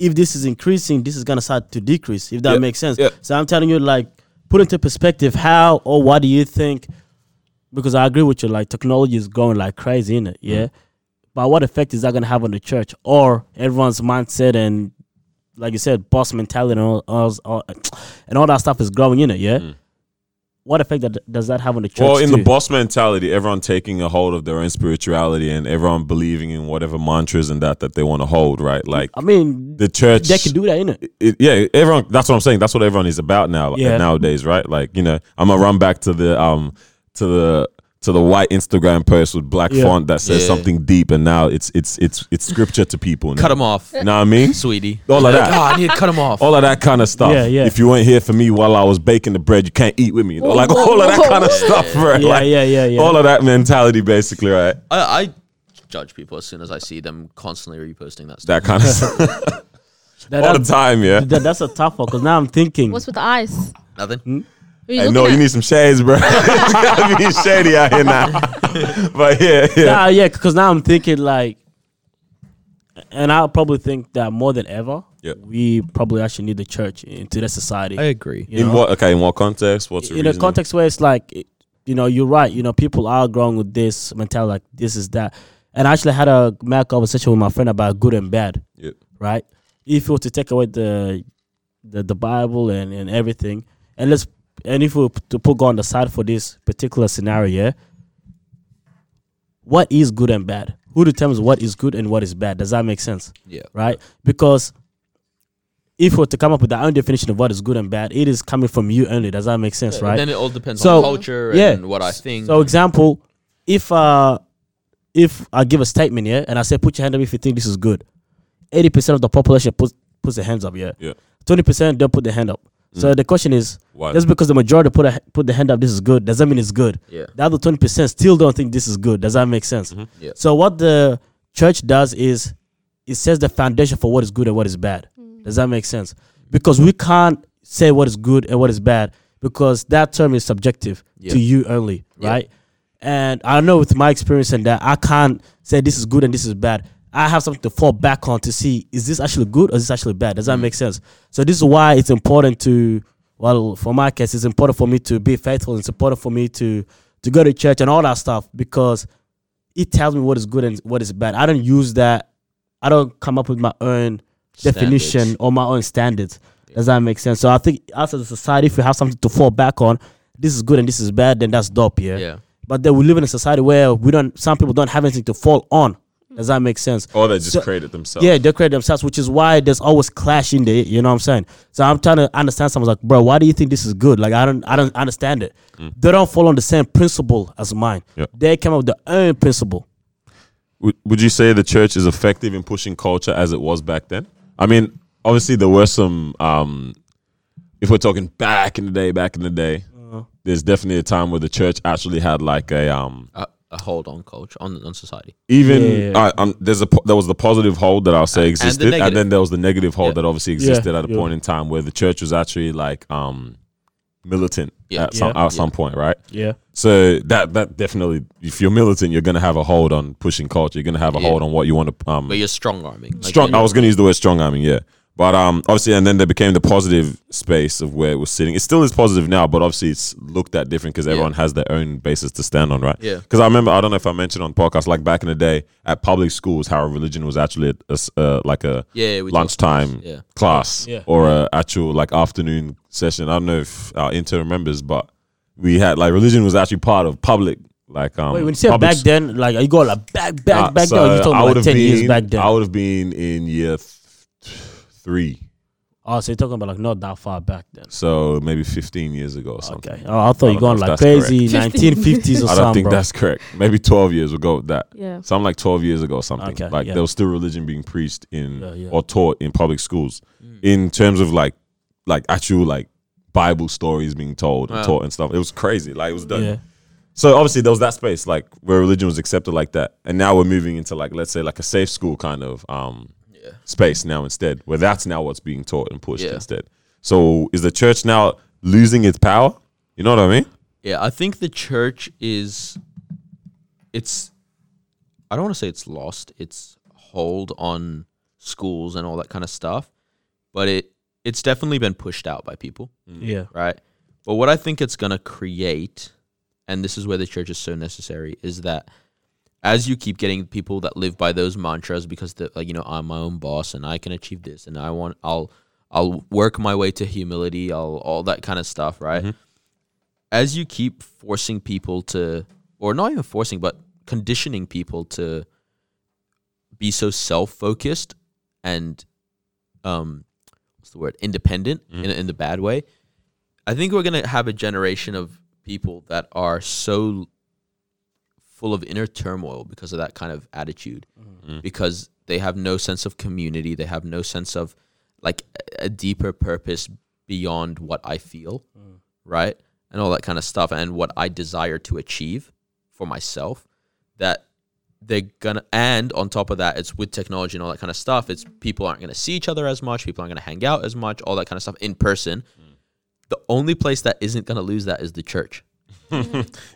if this is increasing, this is gonna start to decrease. If that
Yeah,
makes sense.
yeah.
So I'm telling you, like, put into perspective how or what do you think? Because I agree with you, like technology is going like crazy in
Mm-hmm.
it, yeah. But what effect is that gonna have on the church or everyone's mindset and, like you said, boss mentality and all, all, all- and all that stuff is growing in it, yeah. What effect that, does that have on the church?
Mm. Well, in
too?
the boss mentality, everyone taking a hold of their own spirituality and everyone believing in whatever mantras and that that they want to hold, right? Like
I mean,
the church,
they can do that in it.
it, yeah, everyone. That's what I'm saying. That's what everyone is about now. Like,
Yeah.
Nowadays, right? Like you know, I'm gonna run back to the um to the to the white Instagram post with black
Yeah.
font that says
Yeah.
something deep, and now it's it's it's it's scripture to people. Now.
Cut him off,
Know what I mean?
sweetie.
All of that.
Oh, I need to cut him off.
All of that kind of stuff.
Yeah, yeah.
If you weren't here for me while I was baking the bread, you can't eat with me. You know? Like all of that kind of stuff, bro.
Yeah,
Like,
yeah, yeah, yeah.
All of that mentality, basically, right?
I, I judge people as soon as I see them constantly reposting that
That
stuff.
kind of stuff.
That-
all the
that-
time, yeah.
that- that's a tough one because now I'm thinking.
What's with the eyes?
Nothing.
Hmm?
Who you
Hey,
looking
no,
at?
you need some shades, bro. it's gotta be shady out here now. but yeah, yeah.
Nah, yeah, because now I'm thinking like, and I'll probably think that more than ever,
Yeah.
we probably actually need the church into the society.
agree.
you
in
know?
what? Okay, in what context? What's the
in a
reasoning?
context where it's like, it- you know, you're right. You know, people are growing with this mentality, like this is that. And I actually had a mad conversation with my friend about good and bad.
Yeah.
right? If you were to take away the the, the Bible and, and everything, and let's and if we were to put God on the side for this particular scenario, yeah, what is good and bad? Who determines what is good and what is bad? Does that make sense?
Yeah.
Right? Because if we were to come up with our own definition of what is good and bad, it is coming from you only. Does that make sense?
But
right?
Then it all depends
So-
on culture
yeah.
and what I think.
So, example, if uh, if I give a statement, yeah, and I say, put your hand up if you think this is good. Eighty percent of the population puts puts their hands up, yeah.
Yeah.
Twenty percent don't put their hand up. So the question is,
Why?
just because the majority put a, put their hand up, this is good. Does that mean it's good?
Yeah.
The other twenty percent still don't think this is good. Does that make sense?
Mm-hmm. Yeah.
So what the church does is, it sets the foundation for what is good and what is bad. Does that make sense? Because we can't say what is good and what is bad because that term is subjective
Yeah.
to you only,
Yeah.
right? And I know with my experience and that I can't say this is good and this is bad. I have something to fall back on to see is this actually good or is this actually bad? Does that make sense? So this is why it's important to well, for my case, it's important for me to be faithful. It's important for me to to go to church and all that stuff because it tells me what is good and what is bad. I don't use that. I don't come up with my own definition
Standards.
or my own standards. Does that make sense? So I think us as a society, if we have something to fall back on, this is good and this is bad, then that's dope, yeah.
Yeah.
But then we live in a society where we don't. Some people don't have anything to fall on. Does that make sense?
Or they just
So-
created themselves.
Yeah, they create themselves, which is why there's always clash in there. You know what I'm saying? So I'm trying to understand. Someone's like, bro, why do you think this is good? Like, I don't, I don't understand it. They don't follow the same principle as mine.
Mm. Yeah.
They came up with their own principle.
Would, would you say the church is effective in pushing culture as it was back then? I mean, obviously there were some. Um, if we're talking back in the day, back in the day,
Uh-huh.
there's definitely a time where the church actually had like a um,
a, a hold on culture on on society.
even
Yeah.
I- um, there's a po- there was the positive hold that I'll say
And- and the
existed, and,
negative.
then there was the negative hold
Yeah.
that obviously existed at a
yeah.
point in time where the church was actually like um, militant
Yeah.
at some
Yeah.
at some point, right?
Yeah.
So that that definitely, if you're militant, you're gonna have a hold on pushing culture. You're gonna have a
Yeah.
hold on what you want to um,
But you're strong arming. Like,
strong.
you're-
I was going to use the word strong arming, yeah. But um, obviously, and then they became the positive space of where it was sitting. It still is positive now, but obviously it's looked at different because everyone has their own basis to stand on, right?
Yeah.
Because I remember, I don't know if I mentioned on the podcast, like back in the day at public schools, how religion was actually a s uh, like a
Yeah, we talked
lunchtime
about this, yeah.
class
Yeah.
or a actual like afternoon session. I don't know if our intern remembers, but we had like religion was actually part of public like um.
Wait, when you say
public
back
s-
then, like you go like back, back,
Nah,
back
Uh, so
then. or You talking
I
about
would
like
have
ten years
been-
back then?
I would have been in year th- three,
oh, so you're talking about like not that far back then.
so maybe fifteen years ago or something.
Okay. Oh, I thought
I
you
don't know
going
if
like
that's correct.
crazy 1950s or
I
something.
don't think
bro.
that's correct. Maybe twelve years. We'll go with that.
Yeah.
Something like twelve years ago or something.
Okay,
like
yeah.
there was still religion being preached in
Yeah, Mm. yeah.
or taught in public schools, in terms of like like actual like Bible stories being told and
Wow.
taught and stuff. It was crazy. Like it was done.
Yeah.
So obviously there was that space like where religion was accepted like that, and now we're moving into like let's say like a safe school kind of um space now instead, where that's now what's being taught and pushed
Yeah.
instead. So is the church now losing its power? You know what I mean?
Yeah, I think the church is it's I don't want to say it's lost its hold on schools and all that kind of stuff, but it it's definitely been pushed out by people,
Mm.
Yeah.
right? But what I think it's going to create and this is where the church is so necessary is that as you keep getting people that live by those mantras because they're like you know I'm my own boss and I can achieve this and I want I'll I'll work my way to humility, I'll all that kind of stuff, right? as you keep forcing people to or not even forcing but conditioning people to be so self-focused and um what's the word independent in, in the bad way i think we're going to have a generation of people that are so full of inner turmoil because of that kind of attitude because they have no sense of community they have no sense of like a a deeper purpose beyond what i feel right? And all that kind of stuff and what I desire to achieve for myself that they're gonna and on top of that it's with technology and all that kind of stuff it's people aren't gonna see each other as much people aren't gonna hang out as much all that kind of stuff in person the only place that isn't gonna lose that is the church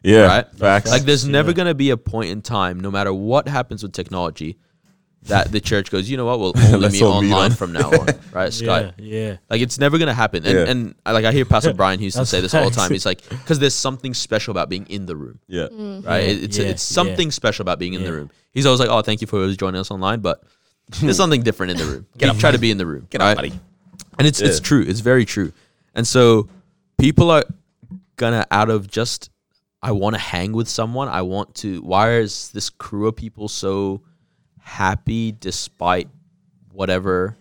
Yeah.
right
Facts.
like there's never gonna be a point in time no matter what happens with technology that the church goes you know what we'll only
Let's
meet
all meet
online
on-
from now on right skype
Yeah. Yeah.
like it's never gonna happen. And
Yeah.
and I, like I hear Pastor Brian Houston
That's
say this all the
facts.
time. He's like, because there's something special about being in the room,
yeah.
Mm.
right? It- it's
yeah,
it's
yeah.
something special about being in the
Yeah.
room. He's always like, oh, thank you for always joining us online, but there's something different in the room. Get try to be in the room. Get right? buddy. And it's it's
Yeah.
true. It's very true. And so people are gonna out of just I want to hang with someone. I want to. Why is this crew of people so happy despite whatever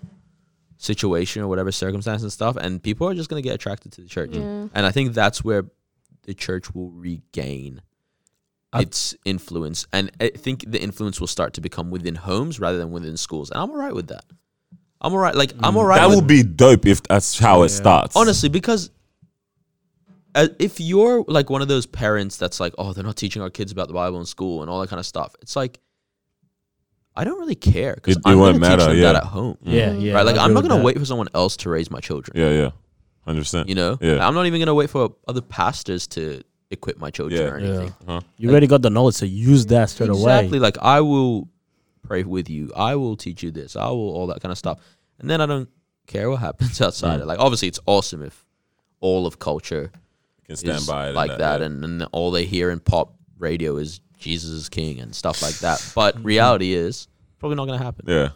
situation or whatever circumstance and stuff? And people are just gonna get attracted to the church.
Yeah.
And I think that's where the church will regain its influence. And I think the influence will start to become within homes rather than within schools. And I'm all right with that. I'm all right. Like, I'm all right.
Mm. That
with
would be dope if that's how it starts.
honestly because uh, if you're like one of those parents that's like oh they're not teaching our kids about the bible in school and all that kind of stuff it's like i don't really care because
It- it
i'm going to
wouldn't
teach
matter,
them
yeah.
that at home
Yeah. Yeah.
right like
I
i'm not
agree
going to
with
wait for someone else to raise my children
Yeah, yeah. Hundred percent.
you know
Yeah.
i'm not even going to wait for other pastors to equip my children
Yeah.
or
that.
anything
Yeah. You already got the knowledge, so use that straight
exactly
away.
like i will pray with you i will teach you this i will all that kind of stuff and then i don't care what happens outside it like obviously it's awesome if all of culture
Can stand
is
by it
like that, and, and all they hear in pop radio is Jesus is king and stuff like that. But reality is probably not going to happen.
yeah. yeah.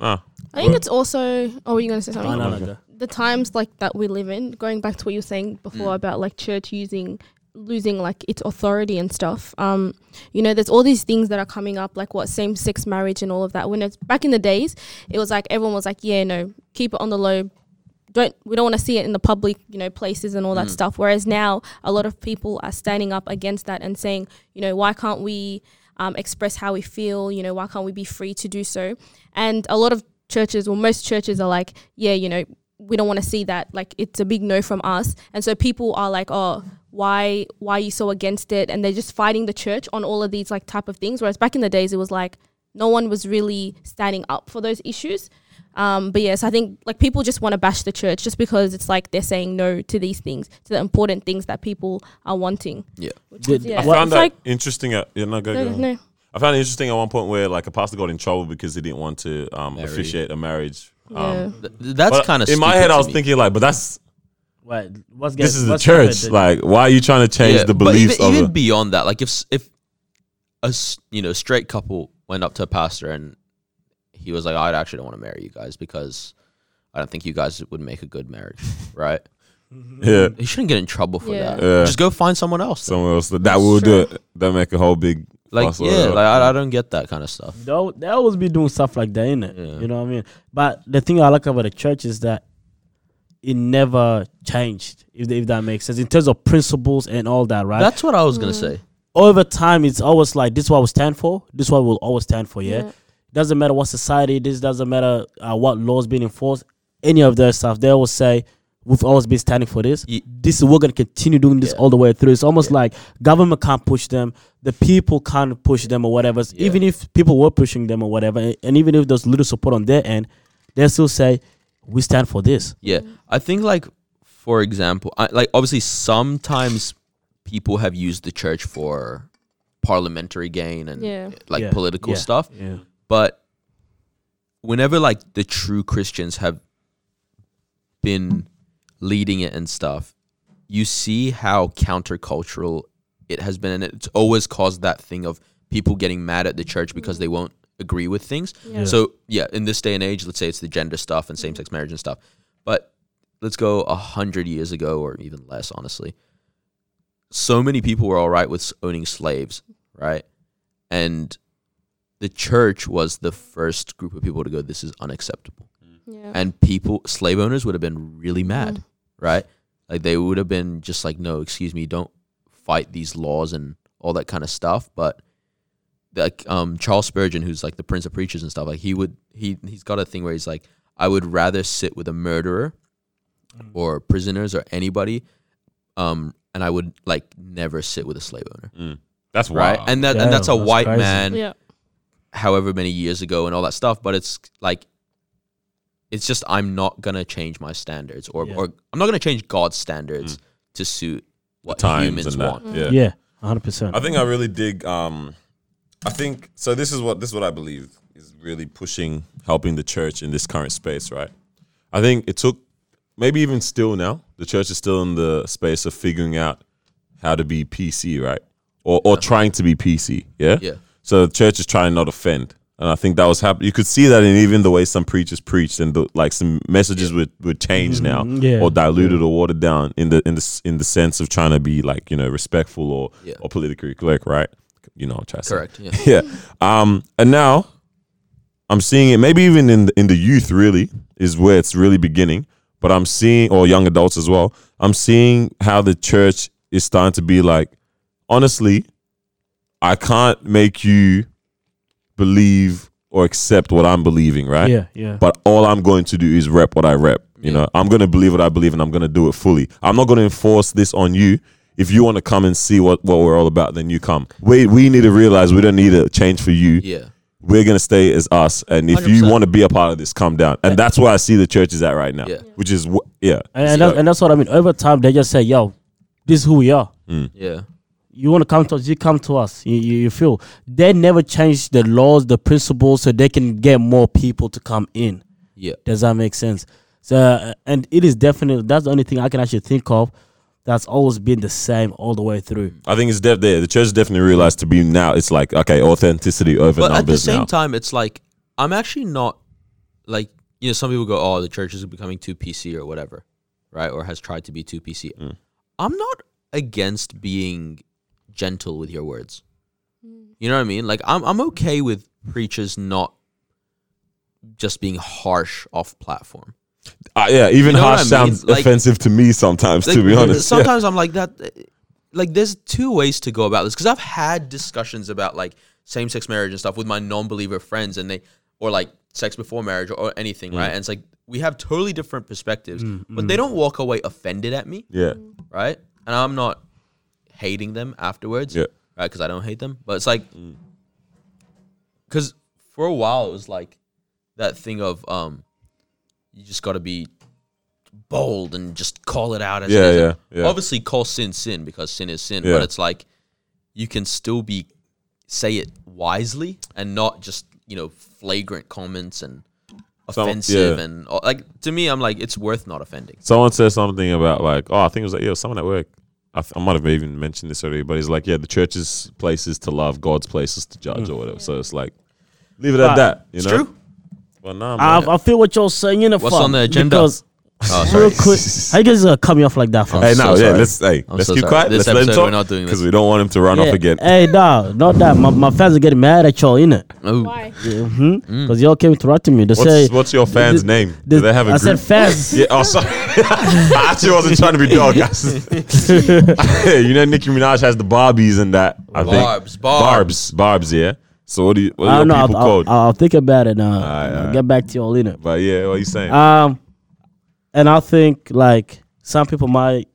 Ah,
I think it's also. Oh, were you going to say something?
No, no, no, go.
The times like that we live in, going back to what you were saying before about like church using losing like its authority and stuff. Um, you know, there's all these things that are coming up, like what same sex marriage and all of that. When it's back in the days, it was like everyone was like, yeah, no, keep it on the low. Don't we don't want to see it in the public, you know, places and all that stuff. Whereas now, a lot of people are standing up against that and saying, you know, why can't we um, express how we feel? You know, why can't we be free to do so? And a lot of churches, well, most churches are like, yeah, you know, we don't want to see that like it's a big no from us and so people are like oh why why are you so against it and they're just fighting the church on all of these like type of things whereas back in the days it was like no one was really standing up for those issues um, but yes i think like people just want to bash the church just because it's like they're saying no to these things to the important things that people are wanting
Yeah.
which is,
Did-
yeah
I
I found
it's
that
like
interesting. At, yeah, no, go,
no,
go.
no.
I found it interesting at one point where like a pastor got in trouble because he didn't want to um,
Marry.
officiate a marriage. Um,
yeah.
Th- that's
but
kind of
in my head. I was thinking like, but that's
What? What's
this
get-
is the
what's stupid
church.
that-
Like, why are you trying to change the
but
beliefs
even,
of?
even
a-
beyond that. Like if s- if a s- you know straight couple went up to a pastor and he was like, I actually don't want to marry you guys because I don't think you guys would make a good marriage, right?
yeah,
He shouldn't get in trouble for
Yeah.
that.
Yeah.
Just go find someone else. then.
somewhere else that, that will do it. That make a whole big
like
fuss or
yeah,
whatever.
like I, I don't get that kind of stuff.
they, al- they always be doing stuff like that, innit? You know what I mean? But the thing I like about the church is that it never changed, if, if that makes sense, in terms of principles and all that, right?
That's what I was
Mm.
gonna say.
Over time, it's always like, this is what we stand for, this is what we'll always stand for, yeah?
Yeah.
Doesn't matter what society it is, doesn't matter uh, what laws being enforced, any of that stuff. They always say, we've always been standing for this.
Ye-
This is we're gonna continue doing this all the way through. It's almost like government can't push them, the people can't push them or whatever. Even if people were pushing them or whatever, a- and even if there's little support on their end, they still say, we stand for this.
Yeah,
Mm.
I think like for example, I, like obviously sometimes people have used the church for parliamentary gain and
Yeah.
like
Yeah,
political
yeah,
stuff,
Yeah.
but whenever like the true Christians have been leading it and stuff, you see how countercultural it has been, and it's always caused that thing of people getting mad at the church because they won't agree with things. So yeah, Mm-hmm. in this day and age, let's say it's the gender stuff and same sex marriage and stuff, but let's go a hundred years ago or even less, honestly. So many people were all right with s- owning slaves, right? And the church was the first group of people to go, "This is unacceptable."
yeah
and people slave owners would have been really mad
Mm.
right like they would have been just like no excuse me don't fight these laws and all that kind of stuff but like um charles spurgeon who's like the prince of preachers and stuff like he would he he's got a thing where he's like i would rather sit with a murderer
Mm.
or prisoners or anybody um and i would like never sit with a slave owner
that's
right
wild.
and that and that's a
Damn, that's
white
crazy.
man
yeah
however many years ago and all that stuff but it's like it's just i'm not going to change my standards or,
Yeah.
or i'm not going to change god's standards to suit what
Mm. times
humans
and that.
want
Yeah.
Yeah, 100%.
I think I really dig. Um, I think so. This is what this is what I believe is really pushing, helping the church in this current space, right? I think it took, maybe even still now, the church is still in the space of figuring out how to be PC, right? Or or trying to be PC, yeah.
Yeah.
So the church is trying not to offend, and I think that was happening. You could see that in even the way some preachers preached, and the, like some messages were were changed now,
Mhm, yeah.
or diluted or watered down in the in the s- in the sense of trying to be like you know respectful or
Yeah.
or politically correct, right? You know, what I'm trying to say.
correct yeah
yeah. Um, and now I'm seeing it. Maybe even in the, in the youth, really is where it's really beginning. But I'm seeing, or young adults as well. I'm seeing how the church is starting to be like, honestly, I can't make you believe or accept what I'm believing, right?
yeah, yeah.
But all I'm going to do is rep what I rep. You know, I'm going to believe what I believe and I'm going to do it fully. I'm not going to enforce this on you. If you want to come and see what, what we're all about, then you come. We, we need to realize we don't need a change for you.
yeah
We're going to stay as us. And if you
100%.
want to be a part of this, come down. And that's where I see the church is at right now,
Yeah.
which is, wh- yeah.
And, and,
uh,
that's, and that's what I mean. Over time, they just say, yo, this is who we are.
yeah
You want to come to us, you come to us. You, you, you feel. They never change the laws, the principles, so they can get more people to come in.
yeah
Does that make sense? So, uh, and it is definitely, that's the only thing I can actually think of that's always been the same all the way through.
I think it's def- there. The church definitely realized to be now, it's like, okay, authenticity over
but at the
numbers
same
now.
time it's like i'm actually not like you know some people go oh the church is becoming too pc or whatever right or has tried to be too pc i'm not against being gentle with your words. You know what I mean? Like I'm I'm okay with preachers not just being harsh off platform.
Uh, yeah, even
You know what
harsh
I mean?
sounds
Like-
offensive to me sometimes. to
Like,
be honest, Yeah.
Sometimes I'm like that. eh, Like, there's two ways to go about this because I've had discussions about like same sex marriage and stuff with my non believer friends, and they, or like sex before marriage or, or
Mm.
anything, right? And it's like we have totally different perspectives, but they don't walk away offended at me,
yeah,
right? And I'm not hating them afterwards,
Yeah. Mm.
right? Because I don't hate them, but it's like, because for a while it was like that thing of, um, you just got to be bold and just call it out as
Yeah,
it is.
yeah, yeah.
Obviously, call sin sin because sin is sin,
Yeah.
but it's like you can still be say it wisely and not just you know flagrant comments and
Some-
offensive
yeah.
and like to me, I'm like it's worth not offending.
someone said something about like, oh, I think it was like, yo, someone at work. I, th- I might have even mentioned this already, but he's like, yeah, the church's place is to love, God's place is to judge or whatever. So it's like, leave it at
Mm. But-
that. You
It's
know?
true.
Well, nah,
I,
man.
I feel what you're saying. You know,
What's
fam,
on the agenda?
Because
Oh, sorry.
real quick, how you guys gonna cut me off like that? fam?
Hey,
I'm
no,
so
yeah,
sorry.
let's hey,
I'm
let's
so
keep
sorry.
quiet. let's
This
let him
episode,
talk
we're not doing
because
this.
we don't want him to run off
Yeah.
again.
Hey, no, not that. My, my fans are getting mad at y'all, innit?
Ooh.
Why?
Because y'all keep interrupting me. They say,
Mm. What's, what's your fan's
th-
name?
the-
Do they have a
I
group?
said fans.
yeah, oh, sorry. I actually wasn't trying to be dog. I s- you know, Nicki Minaj has the Barbies and that. I think.
Barbs, barbs.
barbs, barbs. Yeah. So what do you? What
I
are
don't know.
your people
I'll, I'll,
called?
I'll think about it. Uh,
right,
I'll
all
get back to y'all, innit?
but yeah, what are you saying?
Uh,
Um, and I think like some people might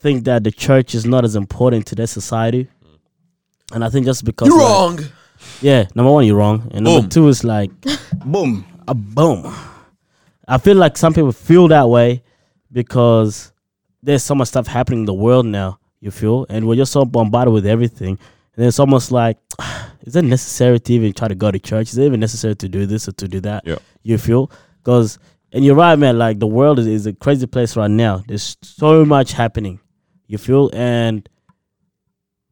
think that the church is not as important to their society, and I think just because
You're
like-
wrong.
Yeah, number one, you're wrong, and number
Boom.
two is like
Boom.
a boom. I feel like some people feel that way because there's so much stuff happening in the world now. You feel, and we're just so bombarded with everything, and it's almost like, is it necessary to even try to go to church? Is it even necessary to do this or to do that?
Yeah.
You feel, because and you're right, man. Like the world is, is a crazy place right now. There's so much happening. You feel, and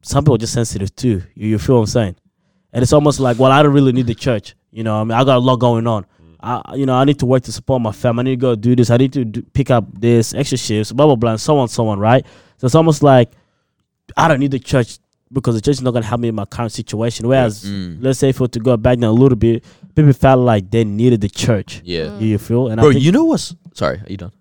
some people are just sensitive too. You, you feel what I'm saying? And it's almost like, well, I don't really need the church. You know, I mean, I got a lot going on.
Mm.
I, you know, I need to work to support my family. I need to go do this. I need to do, pick up this extra shifts, blah blah blah, and so on, so on. Right? So it's almost like I don't need the church because the church is not going to help me in my current situation. Whereas,
Mm.
let's say if we were to go back down a little bit, people felt like they needed the church.
Yeah.
You-
Mm.
You feel? And
Bro,
I think,
you know what's sorry? Are you done?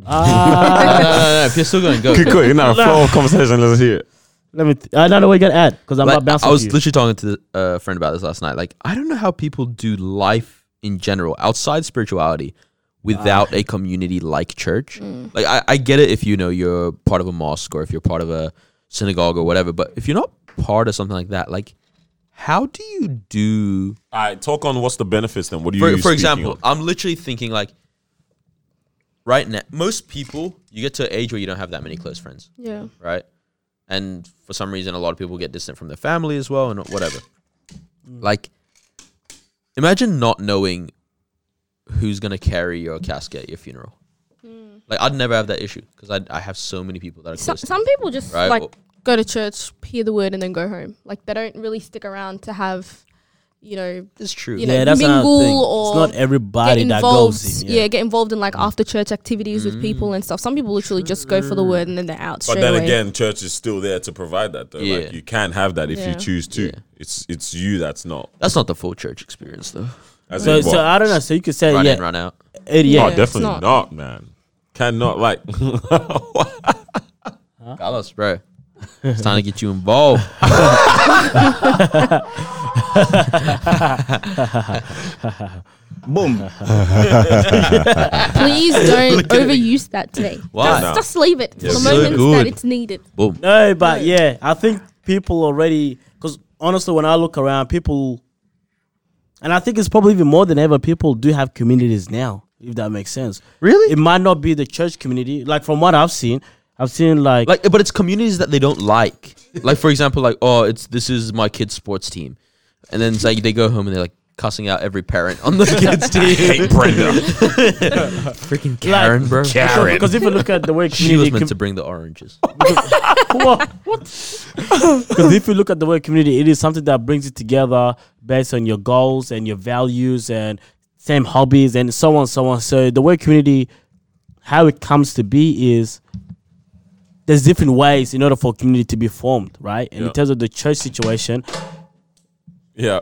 Ah,
no, no, no, no, You're still going. Go.
Quick, quick, you know, flow of conversation. Let's hear it.
let me. Th- I don't know what you're gonna add because I'm
Like,
not bouncing.
I was
you.
literally talking to a friend about this last night. Like, I don't know how people do life in general outside spirituality without a community like church.
Mm.
Like, I, I get it if you know you're part of a mosque or if you're part of a synagogue or whatever, but if you're not part of something like that, like, how do you do?
All right, talk on what's the benefits then. What do you?
For,
speaking
for example,
on?
I'm literally thinking like, right now, most people you get to an age where you don't have that many close friends
Yeah.
right? And for some reason, a lot of people get distant from their family as well, and whatever. Like, imagine not knowing who's gonna carry your casket at your funeral. Like, I'd never have that issue because I I have so many people that are
So,
close. to
Mm. some
me.
people just
Right,
like
well-
go to church, hear the word, and then go home. Like they don't really stick around to have, you know,
It's true.
you know, mingle
It's
or
not everybody
get
that
involved.
goes in.
yeah. get involved in like after church activities with people and stuff. Some people literally just go for the word and then they're out
But
straight
then
away.
again, church is still there to provide that though.
Yeah.
Like you can have that if
Yeah.
you choose to.
Yeah.
It's it's you that's not.
That's not the full church experience though.
As
So,
in
so
what?
I don't know. So you could say,
Run
yeah,
in, run out.
idiot.
oh,
Yeah, it's
definitely
not.
not. man. Cannot like.
Carlos, bro. It's time to get you involved.
Boom.
Please don't overuse that today.
Why?
Just, just leave it for
Yes.
the moments
So
that
good.
it's needed.
Boom.
No, but yeah, I think people already. Because honestly, when I look around, people, and I think it's probably even more than ever. People do have communities now, if that makes sense.
Really?
It might not be the church community. Like from what I've seen, I've seen like,
like but it's communities that they don't like like for example like oh it's this is my kid's sports team and then it's like they go home and they're like cussing out every parent on the kids team
Brenda.
freaking karen bro
because if you look at the way
she was
community,
meant
com-
to bring the oranges
what? Because if you look at the word community, it is something that brings you together based on your goals and your values and same hobbies and so on, so on. So the word community, how it comes to be is there's different ways in order for community to be formed, right? And
Yeah.
in terms of the church situation,
Yeah.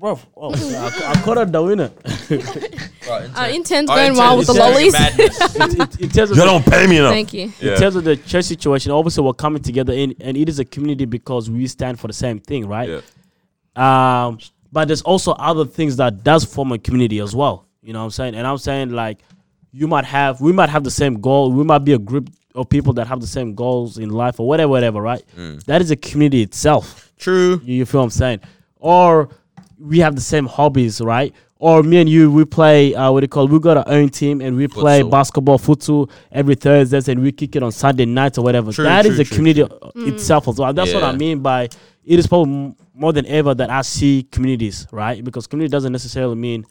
bro, oh, I, I caught out the winner.
Our intern's
Oh,
going Uh, wild with the
intern's
lollies.
in, in terms of
You
the-
don't pay me enough.
Thank you.
in terms of the church situation, obviously we're coming together in, and it is a community because we stand for the same thing, right?
Yeah.
Um, but there's also other things that does form a community as well. You know what I'm saying? And I'm saying like you might have we might have the same goal, we might be a group of people that have the same goals in life or whatever, whatever, right? That is a community itself.
True.
You, you feel what I'm saying? Or we have the same hobbies, right? Or me and you, we play uh, what do you call? We got our own team and we play
Futsal.
basketball, futsal every Thursdays, and we kick it on Sunday nights or whatever. That
True, true,
is the
true,
community itself as well. That's what I
Yeah.
mean by it is probably m- more than ever that I see communities, right? Because community doesn't necessarily mean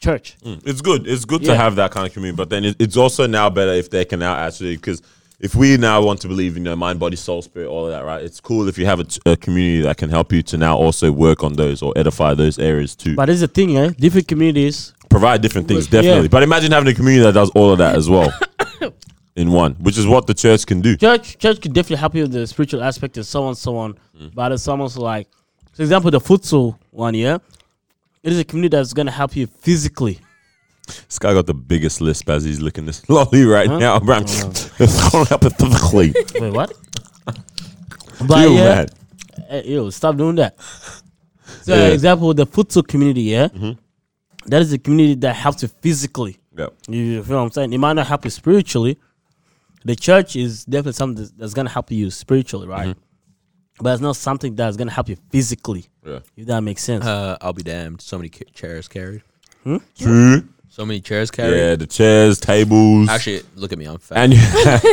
church.
Mm.
It's good. It's good
Yeah.
to have that kind of community, but then it, it's also now better if they can now actually because if we now want to believe in you know, mind, body, soul, spirit, all of that, right? It's cool if you have a, t- a community that can help you to now also work on those or edify those areas too.
But it's the thing, eh? Different communities.
provide different things,
Yeah.
definitely. But imagine having a community that does all of that as well in one, which is what the church can do.
Church, church could definitely help you with the spiritual aspect and so on, so on. But it's almost like, for example, the futsal one, yeah. It is a community that's gonna help you physically.
This guy got the biggest list as he's looking this lolly right now,
Oh,
bro. It's going hypothetically.
Wait, what? but
Ew,
yeah,
man.
eh, ew, stop doing that. So,
Yeah.
example, the futsal community, yeah, That is a community that helps you physically.
Yeah.
You feel what I'm saying? It might not help you spiritually. The church is definitely something that's- that's gonna help you spiritually, right? But it's not something that's gonna help you physically.
Yeah.
If that makes sense.
Uh, I'll be damned. So many ca- chairs carried.
Hmm?
True.
So many chairs carried.
Yeah, the chairs, tables.
Actually, look at me. I'm fat.
and you.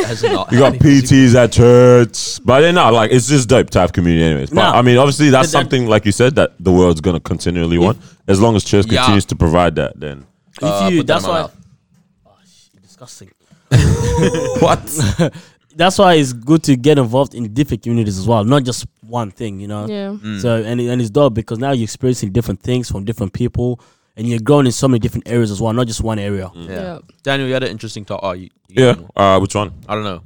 As in not
You got
happy physique.
PTs at church, but then no, like it's just dope to have community, anyways. But
No.
I mean, obviously that's
But that-
something like you said that the world's gonna continually want. As long as church
Yeah.
continues to provide that, then
Uh,
if you,
put that in
that's
my
why.
mouth.
Oh, Disgusting.
what?
That's why it's good to get involved in different communities as well, not just one thing, you know.
Yeah.
Mm.
So and it- and it's dope because now you're experiencing different things from different people, and you're growing in so many different areas as well, not just one area.
Yeah.
Yeah.
Daniel, you had an interesting talk. Oh, you, you
Yeah.
got one.
Uh, which one?
I don't know.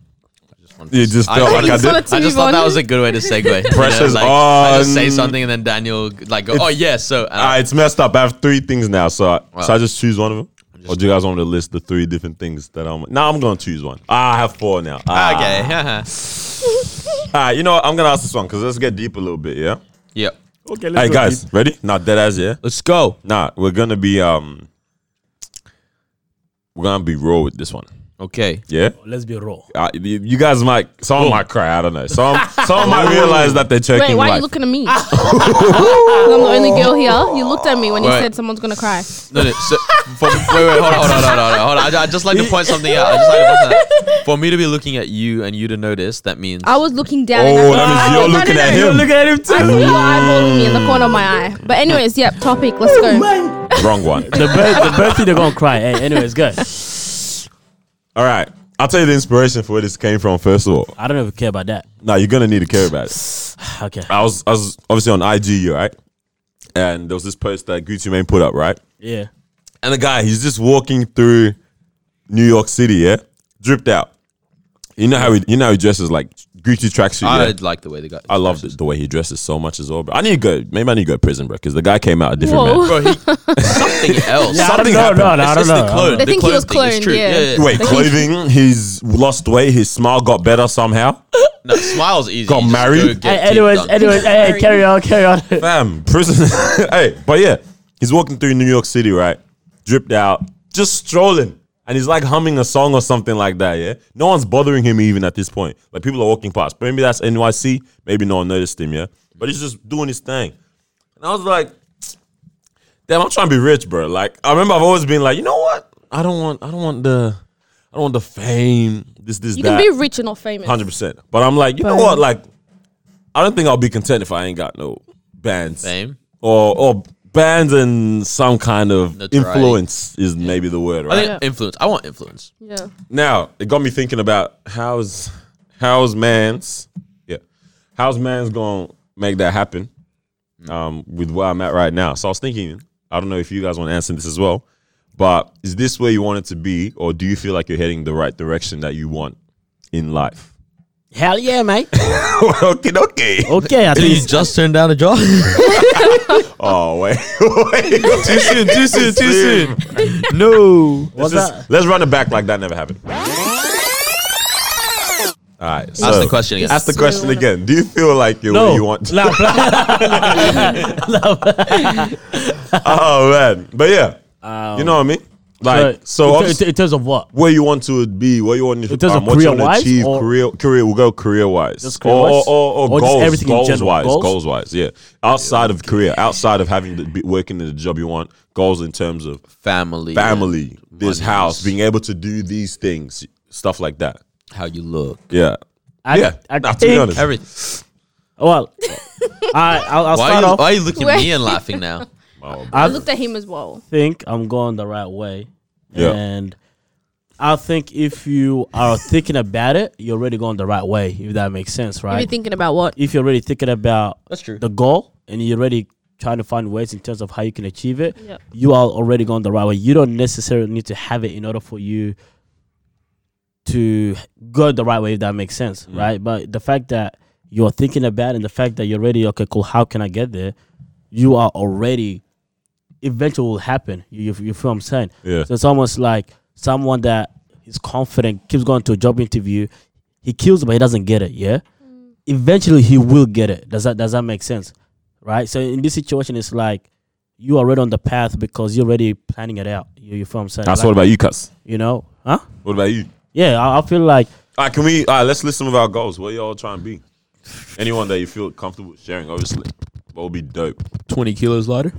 I just wanted
You
to-
just
I-
felt
I
like I
just-
did.
wanted to
I just
move
thought that
on.
was a good way to segue.
Pressure's
like, I just say
on.
something and then Daniel like go, oh
It's-
yeah, so uh,
Uh, it's messed up. I have three things now, so I,
Wow.
so I just choose one of them.
just-
Or do you guys want me to list the three different things that I'm? Now I'm gonna choose one. Ah, I have four now. Ah.
okay,
All right, you know what? I'm gonna ask this one because let's get deep a little bit. Yeah.
yep.
Okay,
hey guys, ready? Not dead as yeah.
Let's go.
Nah, we're gonna be um, we're gonna be raw with this one.
Okay,
Yeah.
Let's be raw.
I, you you guys might someone might cry. I don't know. Some someone might realize that they're checking
Wait, why are
life.
you looking at me? 'Cause I'm the only girl here. You looked at me when you
Wait.
said someone's gonna cry.
no, no. So, for, wait, wait, hold on, hold on, hold on, hold on. Hold on. I, I just like to point something out. I just like to point something out. For me to be looking at you and you to notice, that means
I was looking down. and
oh,
I-
that means
No,
you're
no,
looking
no,
at
no.
him.
at him
I saw you eyeballing me in the corner of my eye. But anyways, yep. Topic. Let's go.
Wrong one.
the, bir- the birthday they're gonna cry. Hey, anyways, guys,
All right. I'll tell you the inspiration for where this came from. First of all,
I don't even care about that.
now you're gonna need to care about it.
Okay.
Ah.
I was I was obviously on IG, right? And there was this post that Gucci Mane put up, right?
Yeah.
And the guy, he's just walking through New York City, yeah, dripped out. You know how he, you know how he dresses like Gucci tracksuit.
I
yeah?
like the way they got.
I love the, the way he dresses so much as well, bro. I need to go. Maybe I need to go to prison, bro, because the guy came out a different man.
Whoa.
Bro, he, something else.
Yeah, I
Something
don't know.
happened.
No,
It's
no, I don't
just the
know.
clone.
They
the
think he
clone
was
thing. It's
cloned,
true.
yeah.
Wait, clothing. He's lost weight. His smile got better somehow.
No, smiles easy.
Got
You just
married?
go get
Hey,
teeth
anyways,
done.
anyways, hey, hey, carry on, carry on.
Bam, prison. hey, but yeah, he's walking through New York City, right? Dripped out, just strolling, and he's like humming a song or something like that. Yeah, no one's bothering him even at this point. Like people are walking past. Maybe that's NYC. Maybe no one noticed him. Yeah, but he's just doing his thing. And I was like, damn, I'm trying to be rich, bro. Like I remember I've always been like, you know what? I don't want. I don't want the. I don't want the fame. This, this,
You
that.
can be rich and not famous.
Hundred percent. But I'm like, you know what? Like, I don't think I'll be content if I ain't got no bands
Same.
or or bands and some kind of
Notoriety.
influence is maybe the word,
I
right?
think influence. I want influence.
Yeah.
now it got me thinking about how's how's man's yeah how's man's gonna make that happen um, with where I'm at right now. So I was thinking, I don't know if you guys want to answer this as well, but is this where you want it to be, or do you feel like you're heading the right direction that you want in life?
Hell yeah, mate.
okay, okay.
Okay, I think
You
it's-
just turned down a job.
Oh wait, wait. too soon, too soon, too soon.
no.
what's
Let's,
that?
let's run it back like that never happened. All right, so
Ask the question again.
Ask the question again. Do you feel like you're
No,
where you want? to?
Nah, blah.
oh man, but yeah,
Oh.
you know what I mean. Like so,
in,
obviously,
ter- in terms of what?
where you want to be, where you want to, um,
In terms of
what you want to
career-wise
achieve,
or-
career, career, we'll go career wise,
Just
or,
career-wise?
or, or,
Or just
goals,
everything in
goals
general,
wise,
goals?
goals wise, yeah. Outside of career, outside of having to be working in the job you want, goals in terms of
Family.
family, this
Money.
house, being able to do these things, stuff like that.
How you look.
Yeah,
I,
yeah.
I
Nah, to be
think-
honest,
Everything.
Well, I, I'll, I'll
Why are,
start
you,
off.
why are you looking at
Wait.
me and laughing now?
I
I
looked at him as well.
think I'm going the right way.
Yeah.
And I think if you are thinking about it, you're already going the right way, if that makes sense,
If
right?
you're thinking about what?
if you're already thinking about
That's true.
the goal and you're already trying to find ways in terms of how you can achieve it,
Yep.
you are already going the right way. You don't necessarily need to have it in order for you to go the right way, if that makes sense,
Mm.
right? But the fact that you're thinking about it and the fact that you're already, okay, cool, how can I get there? You are already, eventually will happen. You, you, you feel what I'm saying?
Yeah.
So it's almost like someone that is confident, keeps going to a job interview, he kills, but he doesn't get it, yeah? eventually he will get it. Does that does that make sense? Right? So in this situation it's like you are already on the path because you're already planning it out. You you feel what I'm saying?
that's
Like,
what about you, Cuss?
you know? Huh?
What about you?
Yeah, I, I feel like
All right, can we? All right, let's list some of our goals. What y'all trying to be? Anyone that you feel comfortable sharing, obviously, what would be dope?
20 kilos lighter?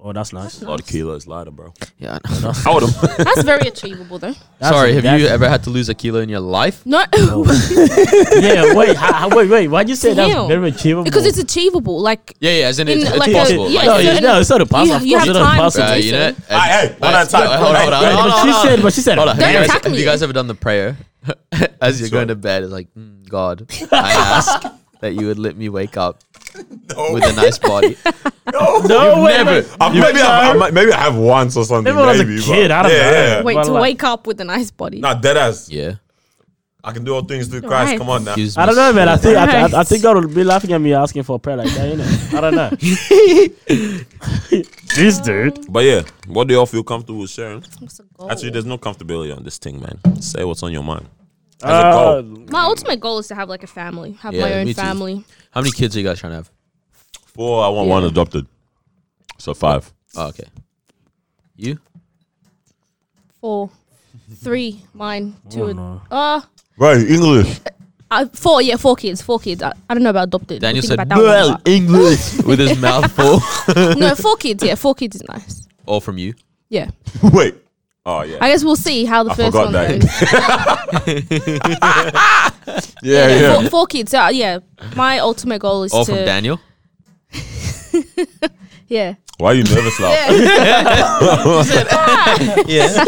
oh that's nice.
A lot of kilos lighter, bro.
Yeah. I know.
I would have.
That's very achievable though.
That's-
Sorry, have you
that's-
ever had to lose a kilo in your life?
No,
Yeah, wait, ha, ha- wait, wait. Why'd you say
Damn.
that's very achievable?
because it's achievable. Like
Yeah, yeah, as in it's,
In,
it's
like, a-
possible.
yeah,
like,
no,
it's
it's, no, it's not impossible.
You-
Of
you
course
have
it's not
time to
impossible.
uh, you know,
Jason.
as-
Hey, hey, one at a time.
Hold on, hold on,
Hey,
hold on, hold
but she
on,
said-
hold on.
but she said-
Hold on.
Don't
Have you guys-
attack
have
me.
you guys ever done the prayer? As you're going
right.
to bed, it's like, "Mm, God, I ask that you would let me wake up with a nice body.
No, wait,
Never.
wait.
Uh, maybe, I, I, might- maybe I have once or something.
Maybe when I was a
maybe, but-
kid, I don't
yeah,
know.
Yeah.
wait
Well,
to
like-
wake up with a nice body.
Nah, dead ass.
Yeah.
I can do all things through Christ.
Right.
Come on now.
Gives
I
me
don't know, man. I think I, I, I
Christ.
think God will be laughing at me asking for a prayer like that, you know. I don't know. this dude.
But yeah, what do y'all feel comfortable sharing?
What's a goal?
Actually, there's no comfortability on this thing, man. Say what's on your mind. As a
Uh,
goal,
my ultimate goal is to have like a family, have
Yeah,
my
me
own
too.
family.
How many kids are you guys trying to have?
four. I want
Yeah.
one adopted. So five.
Oh, okay. You?
Four, three, mine, two.
don't know.
Uh,
Right, English.
uh, four. Yeah, four kids. Four kids. I, I don't know about adopted.
Daniel
We'll
said,
think about that
well,
one,
English, with his mouth full.
but- no, four kids. Yeah, four kids is nice.
All from you.
Yeah,
Wait. Oh yeah.
I guess we'll see how the
I
first
forgot
one
that.
goes.
yeah,
Yeah,
yeah.
Four, four kids. Uh, yeah, my ultimate goal is
All
to
from Daniel.
yeah.
Why are you nervous now?
Yeah.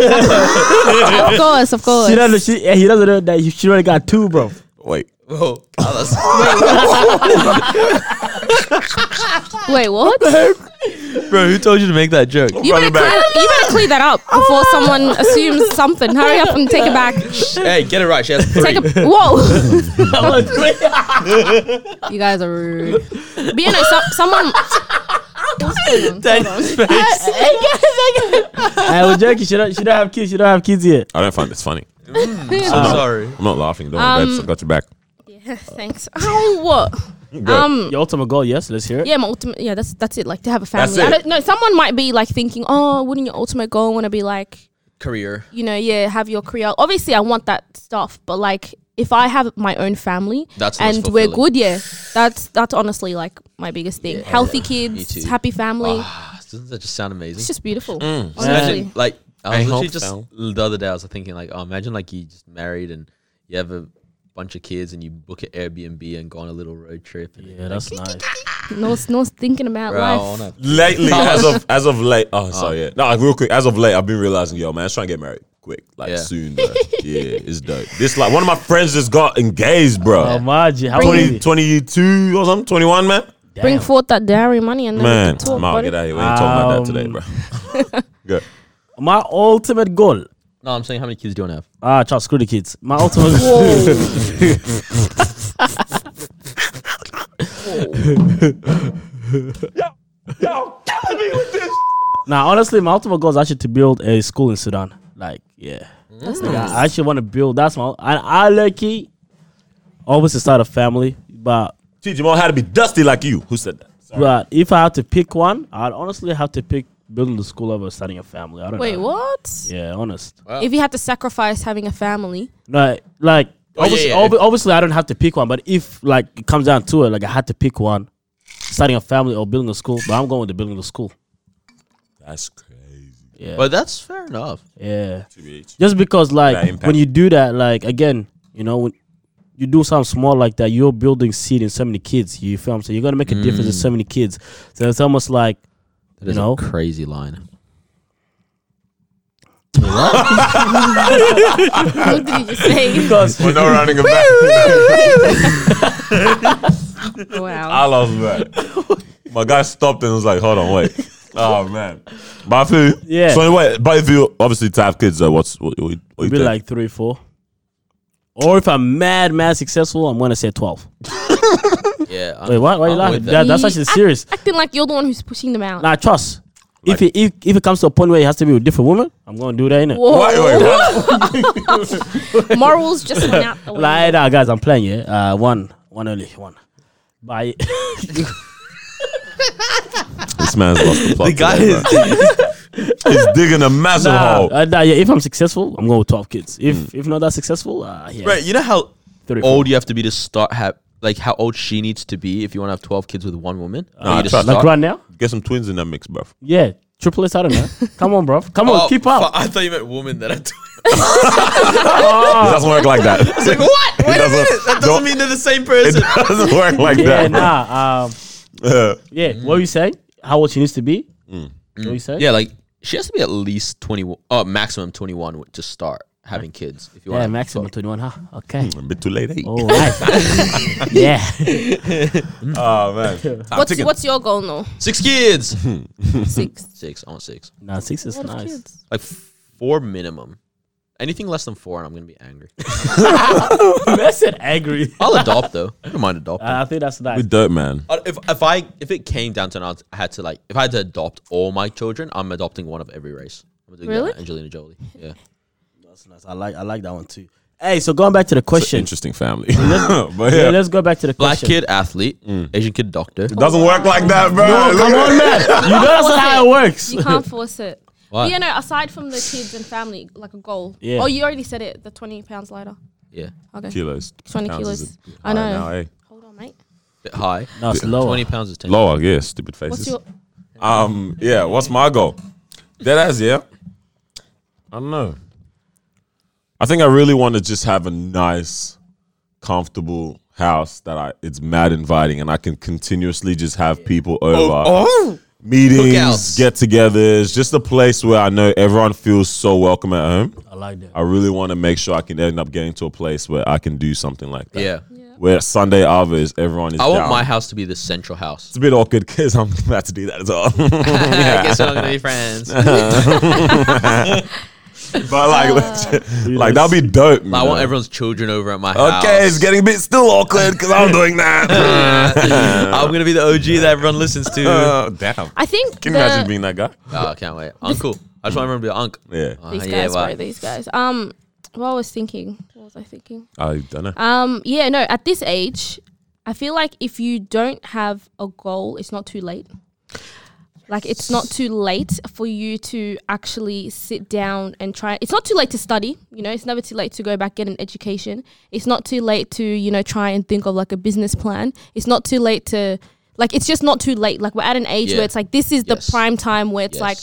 of course, of course.
She doesn't. She, eh, he doesn't know that she already got two, bro.
Wait.
Whoa.
Wait, what?
Bro, who told you to make that joke?
You
Run
better,
it
clear,
back.
you better clear that up before someone assumes something. Hurry up and take it back.
hey, get it right. She has three.
Take a, whoa! you guys are rude. But you know, some, someone. What's going on?
Daniel's face.
I was joking. She don't. She don't have kids. She don't have kids yet.
I don't find this funny.
I'm sorry.
I'm not laughing. Don't worry, babes. I got your back.
Yeah, thanks. Oh, what?
Go.
Um.
Your ultimate goal, yes. Let's hear it.
Yeah, my ultimate. Yeah, that's that's it. Like to have a
That's
family. I
it.
don't know. Someone might be like thinking, oh, wouldn't your ultimate goal want to be like
Career.
you know, yeah, have your career. Obviously, I want that stuff, but like, if I have my own family
That's what's
and we're
fulfilling.
good, yeah, that's that's honestly like my biggest thing. Healthy kids,
too.
happy family.
Ah, Mm. Doesn't that just sound amazing?
It's just beautiful,
Imagine,
honestly.
like I
I
was literally
hope
just
so.
the other day I was thinking like, oh, imagine like you just married and you have a bunch of kids and you book an Airbnb and go on a little road trip. And
Yeah, that's nice.
No, one's- no one's thinking about
Bro, I
life.
wanna-
Lately, as of as of late, oh sorry, yeah. No, like, real quick, as of late, I've been realizing, yo, man, I'm trying to get married quick, like
Yeah.
soon, bro. yeah, it's dope. This like one of my friends just got engaged, bro.
Oh my G, how old is
20,
he?
22 or something, 21, man.
Bring
Damn.
forth that dowry money and then
Man,
man, talk
Mal,
about
get out of here. We ain't talking about that today, bro. Go.
My ultimate goal.
No, I'm saying how many kids do you want to have?
Ah, Charles, screw the kids. My ultimate. Now, honestly, my ultimate goal is actually to build a school in Sudan. Like, yeah, Like, I I actually want to build. That's my. I, I lucky, always to start a family, but
Teach him all how to be dusty like you. Who said that? Sorry.
but if I had to pick one, I'd honestly have to pick building the school over starting a family. I don't
Wait,
know.
what?
Yeah, honest.
If you had to sacrifice having a family,
No, like
Oh, yeah,
obviously,
yeah.
obvi- obviously, I don't have to pick one. But if like it comes down to it, like I had to pick one, starting a family or building a school. But I'm going with the building the school.
That's crazy.
Yeah,
But that's fair enough.
yeah.
TBH.
Just because
That
like
impact.
when you do that, like again, you know when. You do something small like that, you're building seed in so many kids. You feel what I'm saying? You're gonna make a difference
Mm.
in so many kids. So it's almost like
That is
No.
a crazy line.
what did you just say?
because
We're not running him back. I
wow.
love that. My guy stopped and was like, "Hold on, wait." Oh man, but I feel you.
Yeah.
So anyway, but if you obviously to have kids, though, what's what, what, what you
it'd be
think?
like three, four. Or if I'm mad, mad successful, I'm gonna say twelve.
Yeah. I'm-
Wait, what? Why are you
I'm
laughing?
with that.
That- that's actually serious.
Acting like you're the one who's pushing them out.
Nah, trust. if, it, if if it comes to a point where it has to be with different women, I'm gonna do that, innit?
Whoa.
Wait, wait, what?
Morals just went out the window.
Like nah, guys, I'm playing, yeah. Uh one, one only, one. Bye.
this man's lost the plot.
The guy
today,
is
bro. He's digging a massive
nah,
hole.
uh, nah, yeah, if I'm successful, I'm going with twelve kids. If if not that successful, uh yeah.
Right, you know how
34.
Mm. old you have to be to start have like how old she needs to be if you want to have twelve kids with one woman.
Nah,
you just
trust-
Like
start-
right now?
Get some twins in that mix, bruv.
Yeah. Triplets, I don't know. Come on, bro. Come on,
Oh,
keep up.
fu- I thought you meant woman that I t-
It doesn't work like that.
like, what? Wait a
doesn't-
minute. That doesn't
don't-
mean they're the same
It
person.
doesn't work like
yeah,
that. bruv.
nah. Um
Yeah.
yeah, what were you saying? How old she needs to be? What were you saying?
Mm. yeah, like she has to be at least twenty one uh maximum twenty one w- to start having kids if you want
Yeah,
to
maximum twenty one, huh? Okay.
Mm.
A bit too late. eh?
All right. yeah.
Oh man.
What's, what's your goal now?
six kids.
Six.
six. I want six.
Nah, six is
What is
nice.
kids?
Like f- four minimum. Anything less than four, and I'm gonna be angry.
I said angry. Uh,
I'll adopt though. I don't mind adopting.
I think that's nice.
With dirt, man.
Uh, if if I if it came down to an I had to like if I had to adopt all my children, I'm adopting one of every race. I'm doing that,
Really?
Angelina Jolie. Yeah.
That's nice. I like I like that one too. Hey, so going back to the
It's an
question.
interesting family. but yeah,
Yeah, let's go back to the
Black
question.
kid athlete,
Mm.
Asian kid doctor.
doesn't work like that, bro.
Come on, man. You know that's not how it works.
You can't force it.
Why?
But you know, aside from the kids and family, like a goal.
Yeah.
Oh, you already said it. The twenty pounds lighter.
Yeah.
Okay.
Kilos.
20
Pounds
kilos.
is a-
I know.
Now, eh?
Hold on, mate.
Bit high.
No, it's lower.
Twenty pounds is ten.
Lower, yeah. Stupid
What's
faces.
your?
Um, yeah, what's my goal? Deadass, yeah. I don't know. I think I really want to just have a nice, comfortable house that I it's mad inviting and I can continuously just have people over. Meetings,
oh, Cookouts.
get togethers, just a place where I know everyone feels so welcome at home.
I like that.
I really want to make sure I can end up getting to a place where I can do something like that.
Yeah.
Where Sunday Ava is everyone is
I want
down.
my house to be the central house.
it's a bit awkward because I'm about to do that as well.
I guess we're not gonna be friends. Like,
But
Ah.
like, like that'd be dope.
I
man.
want everyone's children over at my house.
Okay, it's getting a bit still awkward because I'm doing that.
I'm gonna be the OG that everyone listens to.
Uh, damn.
I think.
Can
the,
you imagine being that guy?
oh, I can't wait. Uncle. I just want everyone to be uncle.
Yeah.
Uh,
these
yeah,
guys,
wow.
bro, These guys. Um, what I was thinking. What was I thinking?
I don't know.
Um, yeah, no. At this age, I feel like if you don't have a goal, it's not too late. Like it's not too late for you to actually sit down and try. It's not too late to study. You know, it's never too late to go back get an education. It's not too late to you know try and think of like a business plan. It's not too late to like. It's just not too late. Like we're at an age
Yeah.
where it's like this is
Yes.
the prime time where it's
Yes.
like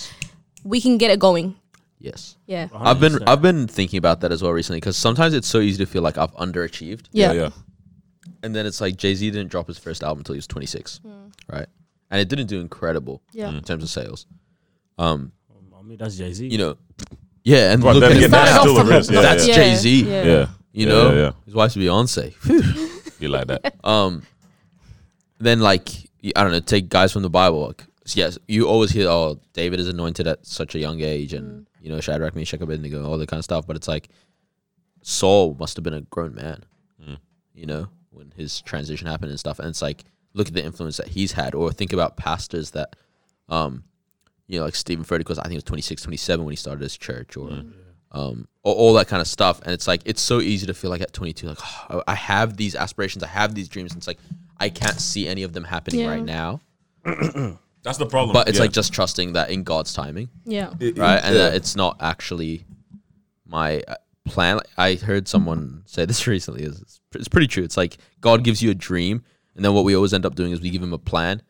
we can get it going.
Yes.
Yeah.
I've been I've been thinking about that as well recently because sometimes it's so easy to feel like I've underachieved.
Yeah.
and then it's like Jay Z didn't drop his first album until he was 26, right? And it didn't do incredible
Hmm. Yeah.
in terms of sales. Um,
I mean, that's Jay Z.
You know, yeah, and
But
look
then
at
again,
his
that's
now.
still the risk. Yeah,
That's
yeah.
Jay Z.
Yeah.
Yeah. Yeah,
You know,
yeah, yeah.
his wife's Beyonce.
You like that?
um, then like y- I don't know, take guys from the Bible. Like, s- yes, you always hear, oh, David is anointed at such a young age,
Hmm.
and you know Shadrach, Meshach, Abednego, all that kind of stuff. But it's like Saul must have been a grown man. You know, when his transition happened and stuff. And it's like look at the influence that he's had, or think about pastors that, um, you know, like Stephen Furtick was I think it was 26, 27 when he started his church, or um, all, all that kind of stuff. And it's like it's so easy to feel like at twenty two, like "Oh, I have these aspirations, I have these dreams. And it's like I can't see any of them happening
Yeah.
right now.
That's the problem.
But it's
Yeah.
like just trusting that in God's timing
Yeah.
It-
right? And that
yeah.
it's not actually my uh, plan. I heard someone say this recently. It's, it's pr- it's pretty true. It's like God gives you a dream, and then what we always end up doing is we give him a plan.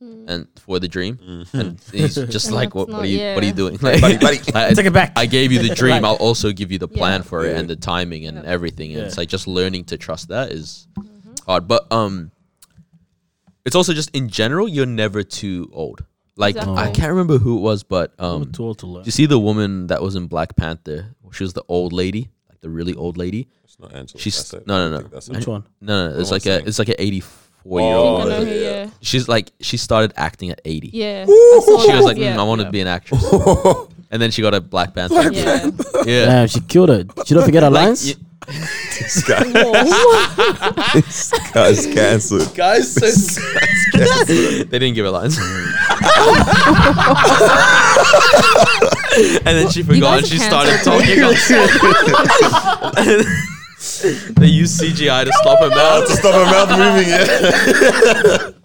And for the dream,
Mm.
and he's just
Mm. And
like,
that's
what, what
not-
are you? What are
yeah.
you doing? Like, I,
Take it back.
I gave you the dream.
Like-
I'll also give you the plan
Yeah.
for it and the timing and everything. And
Yeah.
it's like just learning to trust that is
Mm-hmm.
hard. But um, it's also just in general, you're never too old. Like
Oh.
I
Exactly.
can't remember who it was, but um,
too old to learn.
you see the woman that was in Black Panther? She was the old lady, like the really old lady.
It's not Angela.
she's-
that's it.
no, no,
I
no.
think that's it.
Which one?
No, no, no it's
am I
like a
saying?
it's like an eighty four year
Oh,
I
old.
know
yeah,
who, yeah.
She's like she started acting at eighty.
Yeah. I saw
She was
that,
like, mm, I want to be an actress, and then she got a Black Panther.
Yeah.
Yeah,
Damn, she killed it. She don't forget her lines.
y-
This guy-
Whoa.
this guy's cancelled.
guys, so they didn't give her lines. and then she forgot, and
guys
she
are
started
cancelled.
talking. outside. they used CGI to stop her mouth.
to stop her mouth moving. Yeah.
Wrong with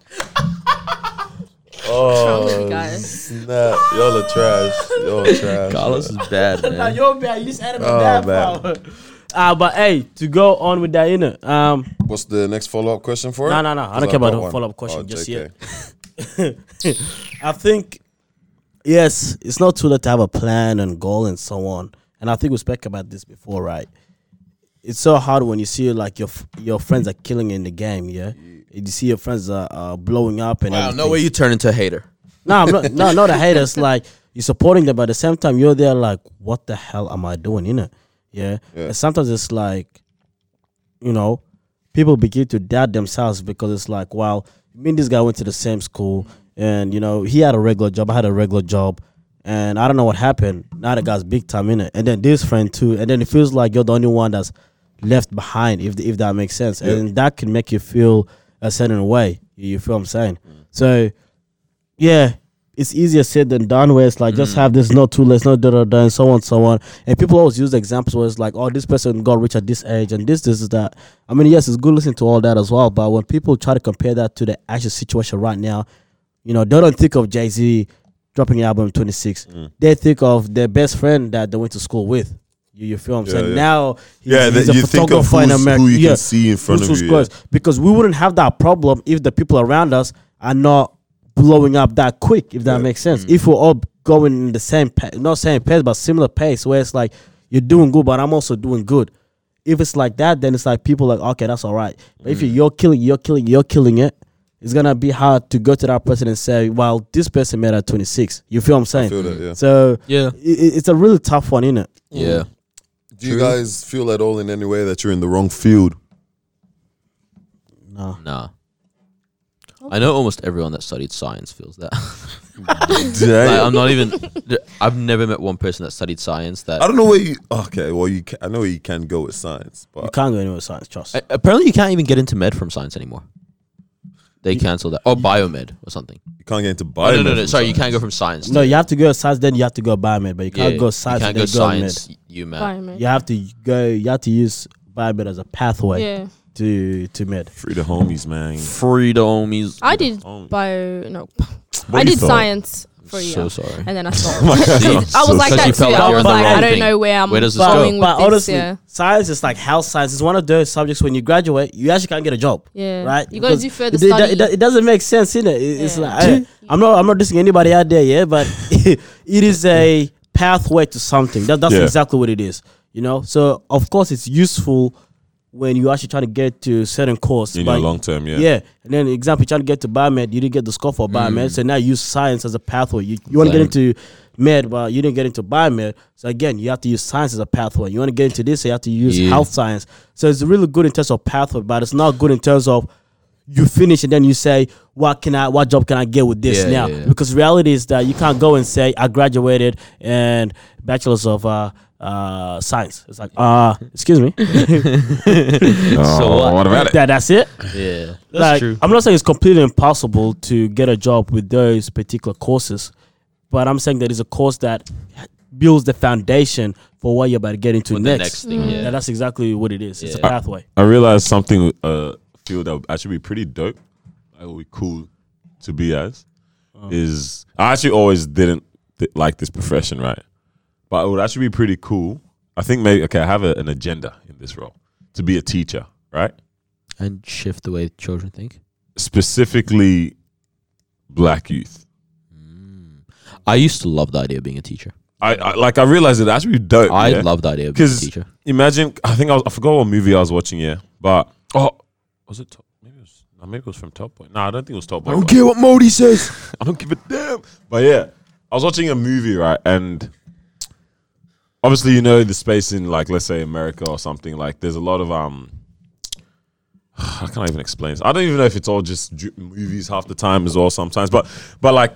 Oh,
you guys.
Nah, y'all are trash. Y'all are trash.
Carlos is bad, man.
Yo, man, you just added
Oh, that man.
Uh, but hey, to go on with that, you know, um,
What's the next follow up question for
No,
it?
no, no, I
'Cause
don't care about
got
the
one. Oh,
follow-up question just
JK.
I think, yes, it's not too late to have a plan and goal and so on. And I think we spoke about this before, right? It's so hard when you see like your f- your friends are killing in the game, yeah. And you see your friends are uh, blowing up and
Wow,
everything.
no way you turn into a hater.
No, I'm not. No, not the haters. Like you're supporting them, but at the same time, you're there. Like, what the hell am I doing? You know? Yeah. And sometimes it's like, you know, people begin to doubt themselves because it's like, wow, me and this guy went to the same school, and you know, he had a regular job. I had a regular job. And I don't know what happened. Now the guy's big time in it, and then this friend too, and then it feels like you're the only one that's left behind, if if that makes sense, and that can make you feel a certain way. You feel what I'm saying? So yeah, it's easier said than done. Where it's like just
Mm.
have this, not too less, not da da da, and so on, so on. And people always use examples where it's like, oh, this person got rich at this age, and this, this, is that. I mean, yes, it's good listening to all that as well. But when people try to compare that to the actual situation right now, you know, they don't think of Jay Z dropping an album at 26.
Mm.
They think of their best friend that they went to school with. You, you feel what I'm saying?
yeah.
Now he's,
Yeah,
he's
that
a
you think of
photographer in
who's-
America.
who you can
Yeah,
see in front
who's-
of
who's
you,
close. Because we wouldn't have that problem if the people around us are not blowing up that quick, if that makes sense.
Mm.
If we're all going in the same, pa- not same pace, but similar pace, where it's like, you're doing good, but I'm also doing good. If it's like that, then it's like people like, okay, that's all right. But
Mm.
if you're killing, you're killing, you're killing it, it's gonna be hard to go to that person and say, well, this person made at 26. You feel what I'm saying?
Feel that, yeah.
So
Yeah.
i- i- it's a really tough one, isn't it?
Yeah.
Do you guys feel at all in any way that you're in the wrong field?
Nah. I know almost everyone that studied science feels that. Like,
Damn.
I'm not even. I've never met one person that studied science that.
I don't know where you. Okay, well, you. Can, I know you can go with science,
You
but
can't go anywhere with science, trust.
A- Apparently, you can't even get into med from science anymore. They cancelled that, or biomed or something.
you can't get into
Oh,
bio.
no, no, no. Sorry, you can't go from science.
no,
to-
you have to go science, then you have to go biomed, but you
yeah,
can't go
you
science,
can't
then
go
go
science. You
Bye,
man.
mate.
med. You have to go, you have to use biomed as a pathway
Yeah.
to to med.
Free the homies, man.
Freedom is.
I did
Oh.
bio. No,
What
I
you
did
thought?
science for a year,
So sorry. Oh
and then I stopped. I was like
Because you
that too.
felt like
you're
I was
on the
like,
wrong
I don't
thing.
know where I'm
Where does this go?
going with
but
this.
honestly,
yeah.
science is like health science. It's one of those subjects when you graduate, you actually can't get a job.
Yeah.
right.
You gotta
Because
do further
it- it,
study.
It, it doesn't make sense, innit? It, It's
Yeah.
like I, am not I'm not dissing anybody out there, yeah, but it is a pathway to something. That, that's
Yeah.
exactly what it is. You know, so of course it's useful when you actually trying to get to certain course.
In
but
your long term, yeah.
yeah. And then example, you trying to get to biomed, you didn't get the score for
Mm.
biomed, so now you use science as a pathway. You, you want to get
Damn.
into med, but you didn't get into biomed. So again, you have to use science as a pathway. You want to get into this, so you have to use
Yeah.
health science. So it's really good in terms of pathway, but it's not good in terms of you finish and then you say, "What can I? What job can I get with this
Yeah,
now?"
yeah, yeah.
Because reality is that you can't go and say, "I graduated and bachelor's of uh, uh, science. It's like, uh, excuse me.
so
Oh,
what?
what about it?
that, that's it.
Yeah, that's
like,
true.
I'm not saying it's completely impossible to get a job with those particular courses, but I'm saying that it's a course that builds the foundation for what you're about to get into
With the next
next.
thing, yeah.
Yeah, that's exactly what it is. It's a
Yeah.
pathway.
I realized something uh field that would actually be pretty dope. It would be cool to be as
Um.
is I actually always didn't th- like this profession, right? But it would actually be pretty cool. I think maybe okay, I have a, an agenda in this role to be a teacher, right?
And shift the way children think.
Specifically, black youth.
I used to love the idea of being a teacher.
I, I like I realized it actually be dope.
I
yeah?
love the idea of being a
Because
teacher.
imagine, I think I, was, I forgot what movie I was watching. Yeah, but oh, was it? Top, maybe it was. no, Maybe it was from Top Boy. No, I don't think it was Top Boy. I don't care what Modi says. I don't give a damn. But yeah, I was watching a movie right, and obviously you know the space in like let's say America or something like there's a lot of um. I can't even explain this. I don't even know if it's all just ju- movies half the time as well sometimes, but but like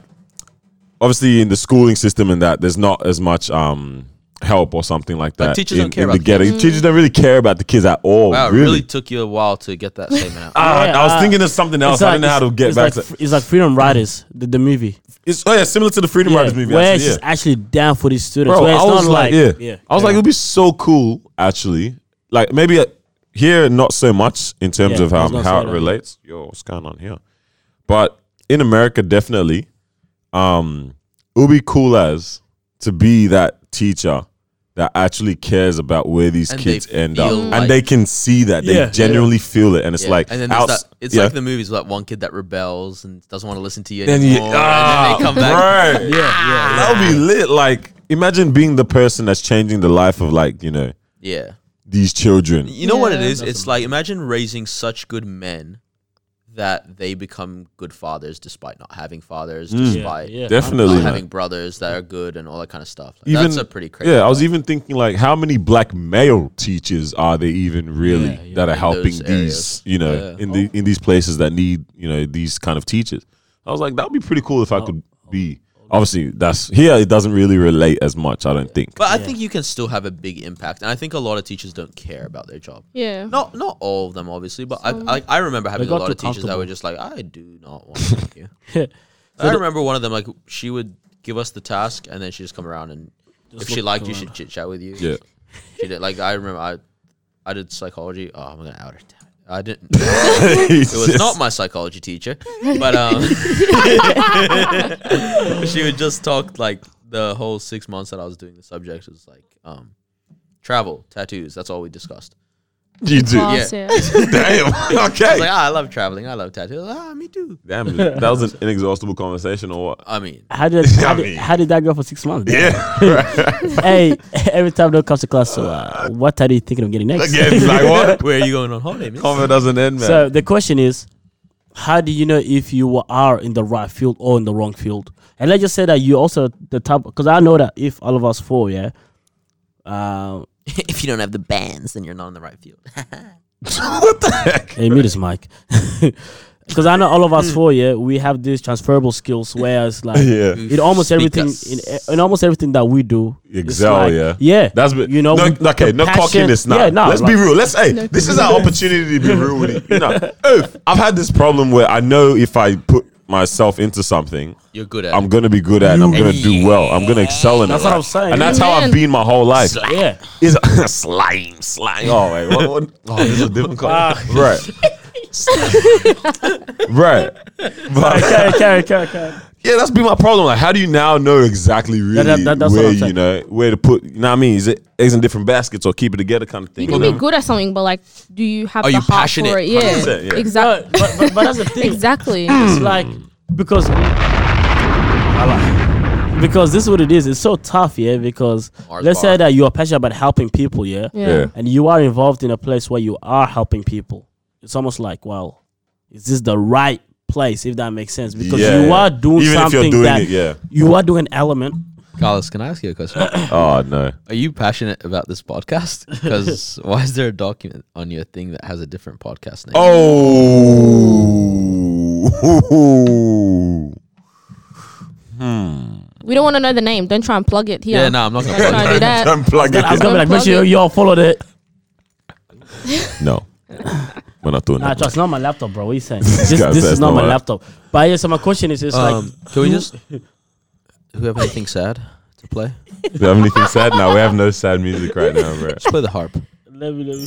obviously in the schooling system and that there's not as much um help or something like that.
Like, teachers
in-
don't care
in
about
the
the
ghetto. Teachers don't really care about the kids at all.
Wow, it
really.
really? took you a while to get that statement out.
Ah,
Yeah,
I was
uh,
thinking of something else.
It's
I didn't know how to
it's-
get
it's
back
like,
to.
It's like Freedom Riders, the, the movie.
It's, oh yeah, similar to the Freedom Riders movie.
where
actually,
she's
yeah.
actually down for these students.
Bro,
where it's
I was
not like,
like, yeah. I was like, it would be so cool, actually. Like maybe uh, here, not so much in terms
Yeah,
of
I was
um,
gonna
how
say
it
that.
relates. Yo, what's going on here? But in America, definitely, um, it would be cool as to be that teacher that actually cares about where these
And they
kids end up,
feel like-
and they can see that they
Yeah.
genuinely feel it, and it's
Yeah.
like,
and then there's
outs-
that, it's
yeah.
like the movies with that one kid that rebels and doesn't want to listen to you
then
anymore.
you, ah,
and then they come back.
bruh. That would be lit. Like, imagine being the person that's changing the life of like you know
Yeah.
these children.
You know what it
Yeah.
is? It's like imagine raising such good men that they become good fathers despite not having
Mm.
fathers, despite
yeah.
not
Definitely, man.
having brothers that are good and all that kind of stuff. Like,
Even-
that's a pretty crazy.
Yeah, I was
thought.
even thinking like, how many black male teachers are there even really that are helping
those
these,
areas.
you know,
Yeah.
in the in these places that need, you know, these kind of teachers? I was like, that would be pretty cool
Oh,
if I could be. Obviously, that's here. It doesn't really relate as much, I don't think.
But I think you can still have a big impact, and I think a lot of teachers don't care about their job.
Yeah.
Not not all of them, obviously, but I, I I remember having a
got
lot
too
of teachers that
comfortable.
were just like, I do not want to work here. I remember one of them like she would give us the task, and then she just come around and if she
look
liked you, she'd chit chat with you.
Yeah.
she did. Like I remember, I I did psychology. Oh, I'm gonna out her. Damn it. I didn't. It was not my psychology teacher, but um, she would just talk like the whole six months that I was doing the subject was like um, travel, tattoos. That's all we discussed.
you do.
Class,
Yeah.
yeah.
Damn.
I was like,
okay.
ah, I love traveling. I love tattoos. Ah, me too.
Damn, that was an inexhaustible conversation, or what?
I mean,
How did, how,
mean-
did, how did that go for six months?
Yeah.
hey, every time they come to class, so uh, what are you thinking of getting next?
Again, it's like what?
where are you going on holiday, miss?
Comment doesn't end, man.
So the question is, how do you know if you are in the right field or in the wrong field? And let's just say that you also the type because I know that if all of us four, yeah, uh,
if you don't have the bands, then you're not in the right field.
hey, mute his mic. Because I know all of us four, yeah, we have these transferable skills. Whereas, like,
Yeah.
in almost everything, in,
Speakers.
in almost everything that we do, it's
Excel,
like-
yeah,
yeah,
That's been, you know,
we- the
okay, no
passion-
cockiness now.
Yeah, no,
Let's be
like-
real. Let's hey, this is our opportunity to be real with it. You know, Oof, I've had this problem where I know if I put myself into something,
You're good at.
I'm
it.
gonna be good at, it. I'm gonna do well, I'm gonna excel in
That's
it.
what
right?
I'm saying.
and that's how I've
Man.
been my whole life.
yeah.
Is slime, slime. Oh wait, what, what? Oh, this is a different call. right, right. But-
okay, okay, okay, okay.
yeah, that's been my problem. Like, how do you now know exactly really
that- that- that's what
where
I'm
you
saying.
know where to put? You know what I mean? Is it eggs in different baskets or keep it together kind of thing?
You can be good at something, but like, do you have
Are
the
you
heart
passionate?
for it? Yeah,
100%, yeah.
No,
exactly.
but, but, but that's the thing.
exactly.
Hmm.
It's like because because this is what it is. It's so tough, yeah. Because
Mars
let's
bar.
say that you are passionate about helping people, yeah,
Yeah.
and you are involved in a place where you are helping people. It's almost like, well, is this the right place? If that makes sense, because
Yeah,
you
yeah.
are doing
Even if
something
you're doing
that
it, yeah.
you are doing an element.
Carlos, can I ask you a question?
Oh no,
Are you passionate about this podcast? Because why is there a document on your thing that has a different podcast
Oh,
name?
Oh.
We don't want to know the name. Don't try and plug it here.
Yeah, no, I'm not gonna
Don't
plug
try and do that.
Don't plug it.
I was
in.
gonna be like, make
Unplug
sure
it.
y'all follow the.
No, we're not doing
Nah,
that.
trust not my laptop, bro. What are you saying? this
guy
this
says
is not
no,
my
man.
laptop. But yeah, so my question is, it's
Um,
like,
can we just? Do we have anything sad to play?
Do we have anything sad now? We have no sad music right now, bro.
Just play the harp.
let me, let me.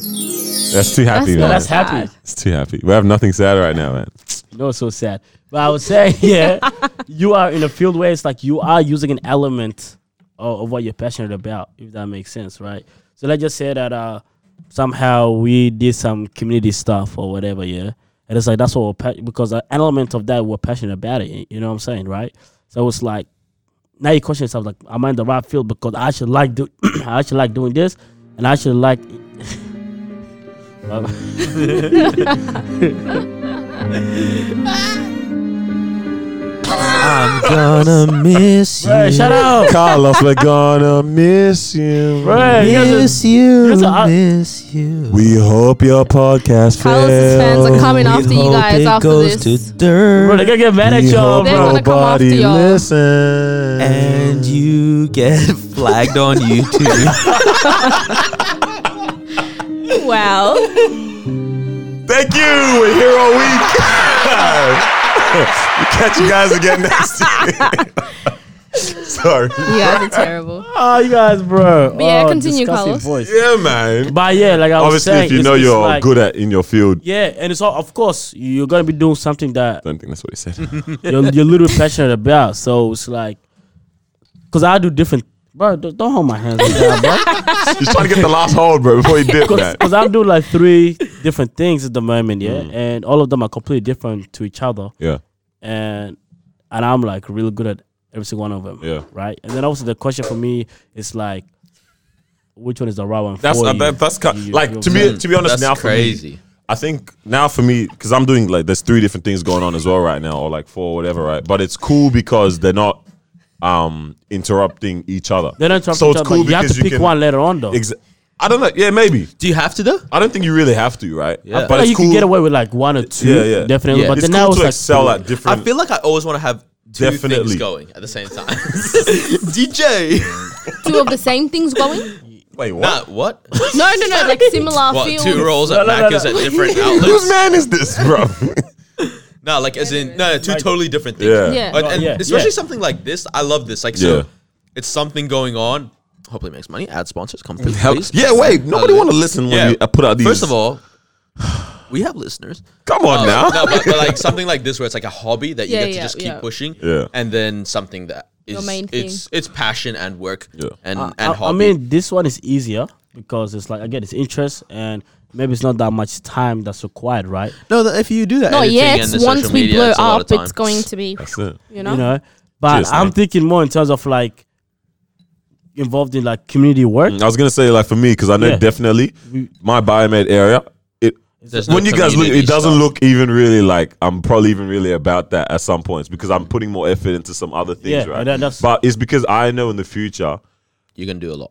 That's too happy,
not
man.
That's
That's
happy.
it's too happy. We have nothing sad right now, man.
No, it's so sad. But I would say, yeah, you are in a field where it's like you are using an element of, of what you're passionate about, if that makes sense, right? So let's just say that uh, somehow we did some community stuff or whatever, yeah. And it's like that's what we're pa- because an element of that we're passionate about it. y- You know what I'm saying, right? So it's like now you question yourself, like, am I in the right field? Because I should like do, I actually like doing this, and I should like. Well-
I'm gonna miss
Bruh, shut up.
Carlos, we're gonna miss you.
Bruh, you guys are-
you,
guys are-
miss you.
We hope your podcast
Carlos's fans are coming after you
hope
guys
it
after
goes
this.
to dirt
Bro, they gonna get mad at
We
y'all,
hope
They're
bro.
gonna come after
nobody
y'all.
listens.
and you get flagged on YouTube.
Wow.
Thank you. We're here all week. we catch you guys again next year. Sorry.
You guys are terrible.
Oh, you guys, bro.
But yeah,
oh,
continue,
disgusting
Carlos.
voice.
Yeah, man.
But yeah, like I was
Obviously,
saying,
if you
it's-
know
it's
you're
like-
good at in your field,
Yeah, and it's all, of course, you're gonna be doing something that
I don't think that's what he said.
you're, you're a little passionate about. So it's like, cause I do different, bro. Don't, don't hold my hands, like that, bro.
He's trying to get the last hold, bro, before he did that.
Because I'm doing like three different things at the moment, yeah,
Mm.
and all of them are completely different to each other,
Yeah,
and and I'm like really good at every single one of them,
yeah.
right? And then also the question for me is like, which one is the right one?
That's
for
uh,
you?
that, that's kind
You-
like
you-
to be to be honest
That's
now for me,
crazy.
I think now for me because I'm doing like there's three different things going on as well right now or like four whatever right, but it's cool because they're not um interrupting each other.
They don't interrupt
so
each
it's
other.
cool
you have to
because
pick
can-
one later on, though.
Exa- I don't know. Yeah, maybe.
Do you have to though?
I don't think you really have to, right?
Yeah. I
but
Like,
it's
you
cool.
can get away with like one or two,
Yeah, yeah.
definitely.
Yeah.
But
it's
then
cool to
now it's like
excel
three.
at different.
I feel like I always want to have two
Definitely.
things going at the same time. DJ.
Two of the same things going?
Wait, what?
Nah, what?
No, no, no. Like similar
What?
fields.
Two roles at
No, no, no,
Macca's
no.
at different
Whose
outlets.
man is this, bro?
No, like as in no, no, two totally different things.
Yeah.
Yeah.
But, and
Yeah.
especially
Yeah.
something like this, I love this. Like so,
Yeah.
it's something going on. Hopefully, it makes money. Ad sponsors come through.
Help-
please.
yeah, wait. Nobody
Uh,
want to listen when
yeah.
you, I put out these.
First of all, we have listeners.
come on
Oh,
now.
no, but, but like something like this where it's like a hobby that you
Yeah,
get to
yeah,
just keep
yeah.
pushing.
Yeah.
And then something that is
Your main thing. Uh,
it's it's passion and work
Yeah.
and
I,
and
I- I
hobby.
mean, this one is easier because it's like again, it's interest and maybe it's not that much time that's required, right?
no, that if you do that,
Not
editing
yet.
and the
Once
social
we
media,
blow
it's a lot
up,
of time.
it's going to be,
That's it.
you know?
You know, but
Cheers,
I'm
mate.
thinking more in terms of like involved in like community work.
I was gonna say like for me because I know
Yeah.
definitely
We-
my biomed area. It
There's no
when you guys look,
community
it doesn't
stuff.
look even really like I'm probably even really about that at some points because I'm putting more effort into some other things,
Yeah,
right?
that- that's-
but it's because I know in the future.
You can do a lot.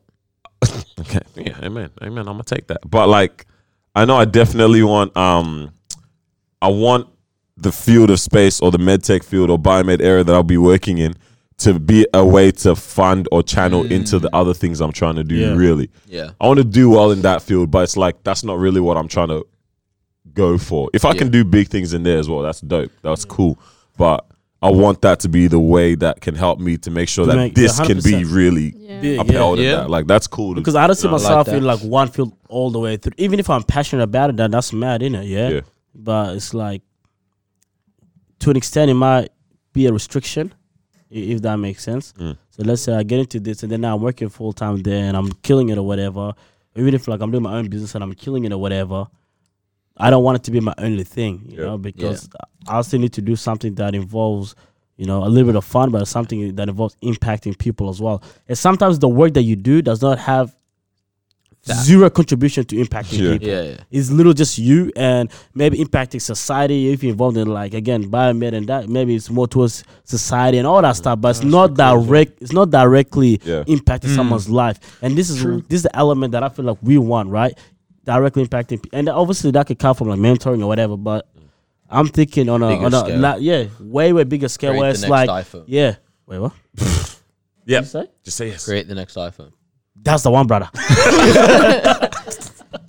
Okay, yeah, amen, amen. I'm gonna take that, but like I know I definitely want um, I want the field of space or the medtech field or biomed area that I'll be working in to be a way to fund or channel into the other things I'm trying to do.
Mm. Yeah.
Really,
Yeah.
I want to do well in that field, but it's like that's not really what I'm trying to go for. If I can do big things in there as well, that's dope. That's cool. But I want that to be the way that can help me to make sure
To
that
make-
this can be
100%.
really
Big, yeah.
upheld. in
Yeah.
that. Like that's cool. to-
Because I don't see
you know, like-
myself
that.
in like one field all the way through. Even if I'm passionate about it, then that's mad, innit? Yeah?
Yeah.
But it's like, to an extent, it might be a restriction, i- if that makes sense.
Mm.
So let's say I get into this, and then now I'm working full time there, and I'm killing it or whatever. Even if like I'm doing my own business and I'm killing it or whatever, I don't want it to be my only thing, you
Yeah.
know, because I still need to do something that involves, you know, a little bit of fun, but something that involves impacting people as well. And sometimes the work that you do does not have zero contribution to impacting
Yeah.
people.
Yeah. yeah.
It's little just you and maybe impacting society if you're involved in like again biomed and that maybe it's more towards society and all that stuff, but it's not direct. It's not directly
Yeah.
impacting someone's life, and this is this is the element that I feel like we want, right? Directly impacting, pe- and obviously that could come from like mentoring or whatever, but I'm thinking on a
Bigger
on a
scale.
la- yeah way way bigger scale
Create
where
the
it's
next
like
iPhone.
yeah Wait, what?
Yeah.
say?
Just say yes.
Create the next iPhone.
That's the one, brother.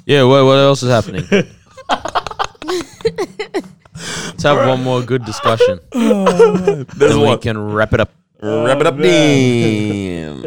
Yeah, what, what else is happening? Let's have one more good discussion.
There's
then we
one.
can wrap it up.
Wrap it up, Dean.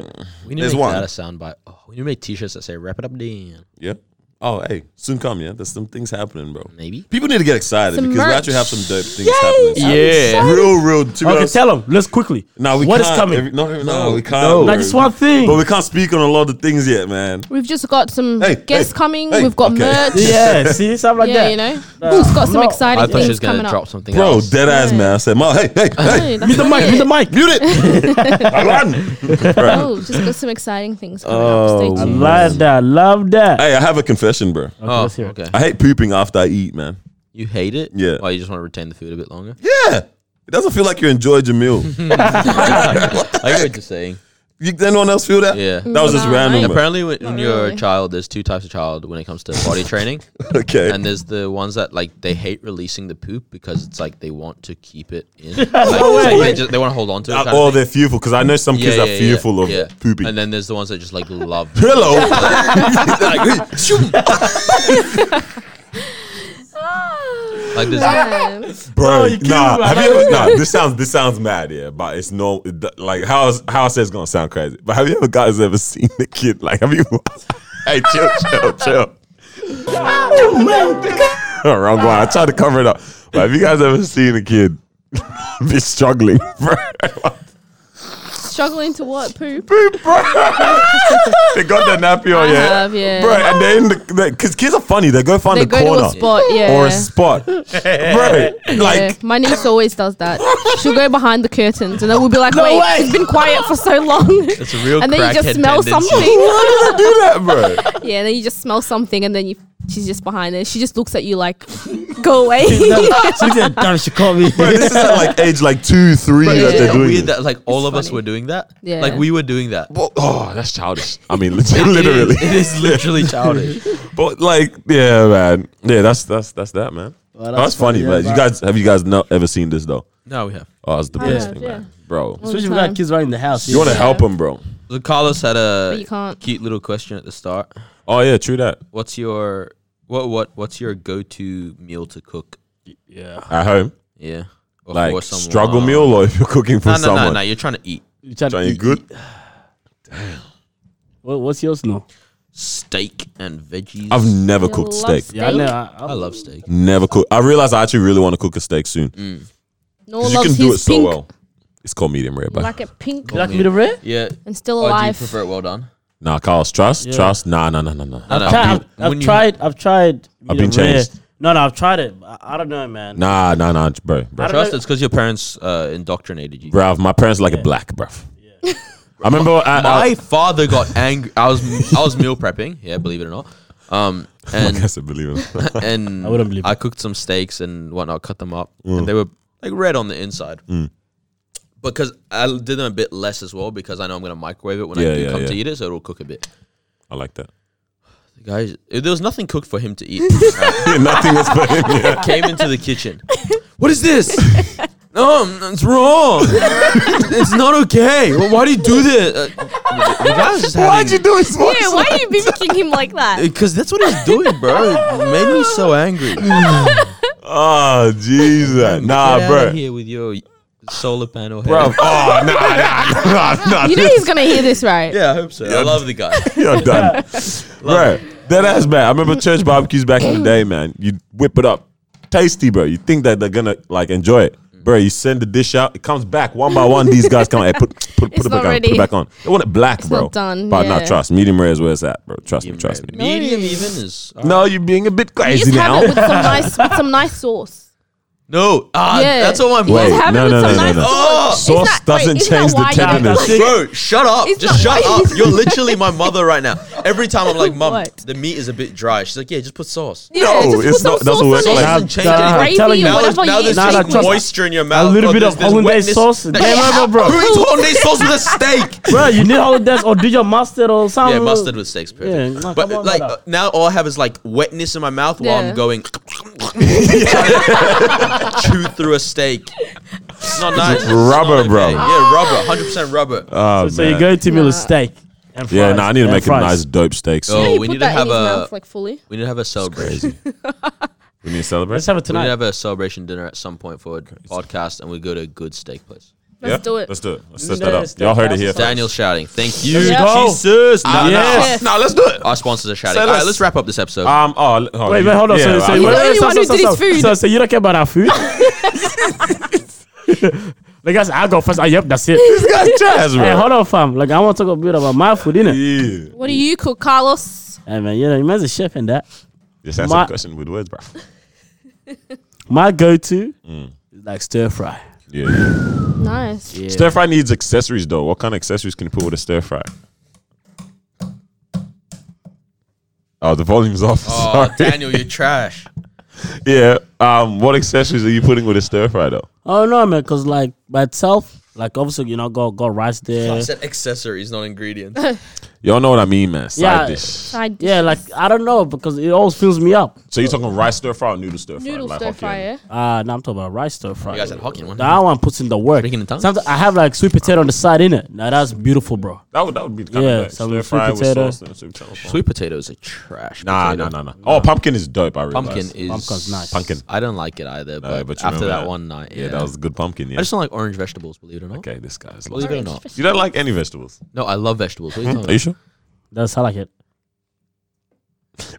We need
There's
to make
one.
that a soundbite. Oh, we need to make t-shirts that say "Wrap it up, Dan."
Yeah. Oh, hey, soon come, yeah. There's some things happening, bro.
Maybe.
People need to get excited
Some
because we
merch.
actually have some dope things
Yay!
happening.
Yeah.
Real, real. To be
Okay,
honest,
tell him. Let's quickly.
no, we
What is
can't.
coming?
Every- no, no, we can't.
No.
bro.
Like just one thing.
But we can't speak on a lot of things yet, man.
We've just got some
Hey,
guests
hey,
coming.
hey,
We've got
okay.
merch.
yeah, see something like
yeah,
that.
you know, we've got some
no.
I
exciting
thought she
things
was
coming
gonna
up.
drop something
Bro,
else.
dead ass, man. I said, Ma, hey, hey, hey,
Hey, that's
Mute the mic. Mute the mic.
mute it. Run. Bro.
Oh, just got some exciting things coming up. Stay
Oh,
I
tuned.
love that. Love that.
Hey, I have a confession, bro.
Oh,
let's hear it.
okay.
I hate pooping after I eat, man.
You hate it?
Yeah.
Oh, you just want to retain the food a bit longer?
Yeah. It doesn't feel like you enjoyed your meal.
I hear what you're saying.
you, did anyone else feel that?
Yeah.
That was just
Nah,
random.
I-
bro.
Apparently, when, when you're
really.
a child, there's two types of child when it comes to body training,
Okay.
and there's the ones that like they hate releasing the poop because it's like they want to keep it in. Like, it's like they, just, they want to hold on to it.
Uh,
kind of
or
thing.
they're fearful because I know some kids are fearful of
yeah.
pooping.
And then there's the ones that just like love.
Hello. They're like, "Hey, shoo."
like this.
Yeah.
bro,
you kidding
nah.
me,
Have
man?
you ever, nah, this sounds this sounds mad, yeah. But it's no it do- like how is- how I say it's gonna sound crazy. But have you ever guys ever seen the kid? Like, have you? hey, chill, chill, chill. Wrong one. I tried to cover it up. But have you guys ever seen a kid be struggling? bro?
Struggling to what? Poop.
they got their nappy
I
on, yeah.
have, yeah.
Bro, and they're in the because kids are funny. They go find
They
the
go
corner
to a spot. Yeah.
or a spot, bro.
Yeah,
Like
my niece always does that. She'll go behind the curtains and then we'll be like, wait,
way.
it's been quiet for so long.
It's a real
and then you
crackhead
just smell
tendency.
something.
do that, bro.
yeah, then you just smell something and then you, she's just behind it. She just looks at you like, go away.
She said, "Damn, she called me."
Bro, this is at like age like two, three that
Isn't
they're
it
doing.
weird
this.
that like all of us
funny.
were doing that.
Yeah.
Like we were doing that.
Well, oh, that's childish. I mean,
It
literally.
is-
literally.
it is literally childish.
But like, yeah, man. Yeah, that's that's that's that, man. Oh,
that's
that's, funny,
funny, yeah,
man. You
bro.
guys have you guys not ever seen this though?
No, we have.
Oh, it's the
I
best
have,
thing,
yeah.
man. Bro,
All the
Especially we got
time.
kids running the house.
you want to
Yeah.
help him, bro?
So Carlos had
But you
a
can't.
cute little question at the start.
Oh yeah, true that.
What's your what what what's your go to meal to cook?
At home,
Yeah. Or
like
for someone.
struggle meal, or if you're cooking for
No, no,
someone,
no, no. You're trying to eat
You trying
Johnny, you
eat-
good?
What, what's yours now?
steak and veggies.
I've never
Yeah,
cooked
love
steak.
steak.
Yeah, I know. I,
I love steak.
Never cooked. I realized I actually really want to cook a steak soon.
Mm. No
'Cause
one
you
loves
can do it
his
so
pink.
well. It's called medium rare, but
Like it pink
You like me to red?
Yeah.
and still
Or oh, do you
alive.
prefer it well done?
Nah, Carlos, trust,
Yeah.
trust. Nah, nah, nah, nah, nah.
No, no,
Try-
when
I've,
you-
I've
when you-
tried. I've tried.
I've
medium
been
rare.
changed.
No, no, I've tried it. I, I don't know, man.
Nah, nah, nah, bro. bro.
don't
Trust
know-
it's because your parents uh, indoctrinated you.
Bruv, my parents like it black, bruv. I remember I,
My
I,
father got angry. I was I was meal prepping. Yeah, believe it or not. Um,
I
and
guess I believe it.
and
I wouldn't believe
I
it.
cooked some steaks and whatnot, cut them up,
Mm.
and they were like red on the inside. Because I l- did them a bit less as well because I know I'm gonna microwave it when
Yeah,
I do
yeah,
come to
yeah.
eat it, so it'll cook a bit.
I like that.
The guys, eh, there was nothing cooked for him to eat. Right?
Nothing was for him. Yeah.
Came into the kitchen. What is this? No, mm, it's wrong. it's not okay. Well, why do you do this? Uh, the guy's just
Why'd you
having,
do it?
yeah, why are you mimicking him like that?
because that's what he's doing, bro. It made me so angry.
Oh, Jesus. Nah,
Get outta
bro.
here with your solar panel. head.
Bruv, oh, nah, nah, nah, nah.
You know he's gonna hear this, right?
Yeah, I hope so. I love the guy.
You're done. bro, dead ass, man. I remember church barbecues back in the day, man. You whip it up. Tasty, bro. You think that they're gonna like enjoy it. Bro, you send the dish out, it comes back one by one. These guys come, hey, put put, put
It's
it back
not
on, put
ready.
it back on. They want it black, bro.
not done,
But
yeah.
no, trust, medium rare is where it's at, bro. Trust me, trust me.
Medium even is uh,
No, you're being a bit
You
crazy
just have
now.
it with some nice, with some nice sauce.
no. Ah,
Yeah.
that's all I'm.
You
Wait,
just have
no,
it with
no,
some
no,
nice
no, no.
Oh,
sauce.
Sauce
Isn't that- wait,
doesn't
isn't
change
that
the
why you-
tenderness.
bro, shut up.
It's
Just
not
shut
right.
up. You're literally my mother right now. Every time I'm like, Mum,
What?
the meat is a bit dry. She's like, Yeah, just put sauce.
Yeah,
No,
just put
it's
some
not- doesn't
sauce
work
on
like
it.
that.
Doesn't change
Nah, I'm
anything.
telling you,
now there's,
whatever
now
you
there's
eat,
just
nah, trust-
moisture in your mouth.
little
bro.
bit
There's-
of
there's
hollandaise
wetness.
sauce.
That-
Game over, bro.
Who eats hollandaise sauce with a steak?
Bro, you need hollandaise or do your mustard or something.
Yeah, mustard with steaks, perfect.
Yeah, nah,
but
come on,
like
brother.
uh, now, all I have is like wetness in my mouth while
Yeah.
I'm going trying to chew through a steak. It's not nice. It's
rubber,
not okay.
bro.
Yeah, rubber, hundred percent rubber.
Ah,
So you
man.
go to me
Nah.
with steak. And fries,
yeah, no, I need to
and
make
fries.
a nice dope steak.
Oh,
So
we
You put
need to
that in
have
his
a-
mouth, like fully.
we need to have a celebration.
we need to celebrate.
Let's have
We
it
need to
tonight.
have a celebration dinner at some point for a podcast, and we go to a good steak place.
Let's
Yeah?
do it.
Let's do it. Let's
We
set
need
that
a
up.
steak
Y'all heard it
house or
here.
something.
Daniel shouting, "Thank you,
Let's go.
Jesus!" Nah,
Yes.
nah.
No, let's do it.
Our sponsors are shouting.
Send
All right,
us-
let's wrap up this episode.
Um. Oh. oh,
Wait,
you-
wait, hold on.
yeah,
so, so,
I-
wait,
the only
so,
one
so,
who
so,
did
so,
his food.
So, so you don't care about our food? like I said, I go first. Oh, yep, that's it.
This guy's jazz,
Hey,
bro.
hold on, fam. Like I want to talk a bit about my food, innit?
Yeah.
What do you cook, Carlos?
Hey man, you know, you man's a chef in that.
Just answer
My-
the question with words, bro.
My go-to
Mm.
is like stir fry.
Yeah. yeah.
Nice.
Yeah.
Stir fry needs accessories though. What kind of accessories can you put with a stir fry? Oh, the volume's off.
oh,
Sorry.
Daniel, you're trash.
yeah. Um. What accessories are you putting with a stir fry though?
Oh no, man, cause like by itself, like obviously you know, got got rice
I
there.
said accessories, not ingredients.
Y'all know what I mean, man. Side
Yeah.
dish.
Side
Yeah,
dish.
like I don't know because it always fills me up.
So you're talking rice stir fry or noodle stir fry?
noodle
Like
stir
Hokkien?
fry. Yeah.
Uh now I'm talking about rice stir fry.
you guys had Hokkien one.
That one puts in the work.
Speaking in tongues?
Sometimes I have like sweet potato on the side in it. Now that's beautiful, bro.
That would that would be the kind
Yeah,
of like
some
stir
sweet
fry with
potato.
sauce and sweet potato.
Sweet potatoes are trash.
Nah,
potato.
nah, nah, nah. Oh, pumpkin is dope. I realize.
Pumpkin is
Pumpkin's nice.
Pumpkin.
I don't like it either,
No,
but,
but you
after
remember
that, one night, yeah.
yeah, that was a good pumpkin.
I
Yeah.
just don't like orange vegetables, believe it or not.
Okay, this guy's.
Believe it or not.
You don't like any vegetables? Hmm?
No, I love vegetables. What are you talking
Are you
about?
sure?
That's how I like it.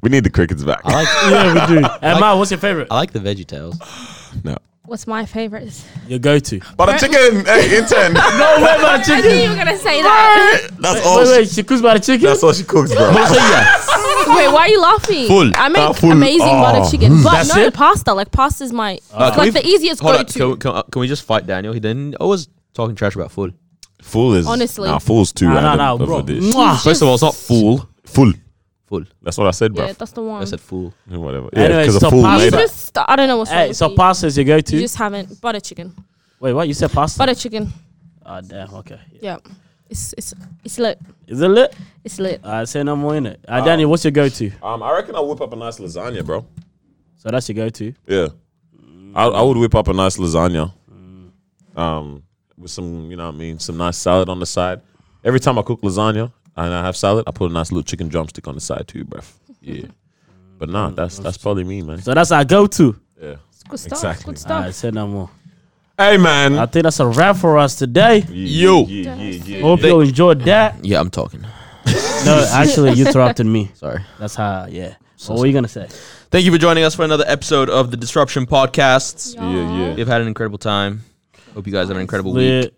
We need the crickets back.
I like
Yeah, we do. Hey, Ma, what's your favorite?
I like the veggie tails.
no,
What's my favorite? No
Your go-to.
but a chicken. hey, intern. no,
Oh, wait, my
I
chicken.
knew you were gonna say that.
that's all.
Wait,
she-
wait, she cooks by the chicken.
That's all she cooks, bro.
Wait, why are you laughing?
Full.
I make
Ah, full.
amazing
Oh.
butter chicken, but
That's
no
it?
pasta. Like pasta is my it's
Uh, can
like
we-
the easiest
Hold
go
on. Can,
to.
we- can, uh, can we just fight Daniel? He then always talking trash about food.
Full is
Honestly.
Nah, full's too
Nah, nah,
random
nah,
of
bro.
a dish.
Mwah.
First of all, it's not full.
Full.
Full.
That's what I said, bro.
Yeah, that's the one.
I said full.
Whatever. Yeah,
Anyway,
because a
so
full
pasta-
You
made
Later.
just I don't know what's wrong
Hey,
with
so
you.
pasta is your go-to.
You just haven't butter chicken.
wait, what? You said pasta?
Butter chicken.
Oh, damn. Okay.
Yeah. It's it's it's lit.
Is it lit?
It's lit.
I say no more in it. Uh, Danny, what's your go-to?
Um, I reckon I'll whip up a nice lasagna, bro.
So that's your go-to.
Yeah. I, I would whip up a nice lasagna. Um, with some, you know what I mean, some nice salad on the side. Every time I cook lasagna and I have salad, I put a nice little chicken drumstick on the side too, bruv. Yeah. But nah, that's that's probably me, man.
So that's our go-to.
Yeah.
It's good stuff.
Exactly.
Good
I
stuff.
say no more.
Hey man.
I think that's a wrap for us today.
Yo. Yeah, yeah, yeah.
Hope you enjoyed that.
Yeah, I'm talking.
No, actually, you interrupted me.
Sorry.
That's how. Yeah. So what were you gonna say?
Thank you for joining us for another episode of the Disruption Podcast.
Yeah, yeah.
We've had an incredible time. Hope you guys have an incredible week.
Lit,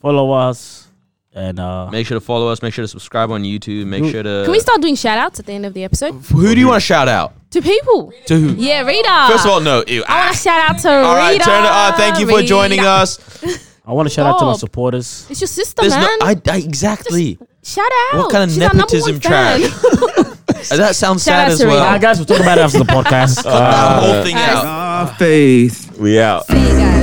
Follow us and uh,
Make sure to follow us. Make sure to subscribe on YouTube. Make sure to.
Can we start doing shout outs at the end of the episode?
Who do you want to shout out?
To people.
To who?
Yeah, Rita.
First of all, no. Ew. Ah.
I want to shout out to
All right,
Rita.
turn it on. Thank you for joining
Rita.
us.
I want to shout out to my
Stop.
supporters.
It's your sister,
There's
man.
no, I, I exactly.
shout out.
What kind of
She's our number
nepotism
one fan.
trash? that sounds
Shout
sad
out
as
to
well.
Nah,
Rita.
guys, we'll talk about it after the podcast. Uh,
the whole thing out.
Our faith.
We out.
See you guys.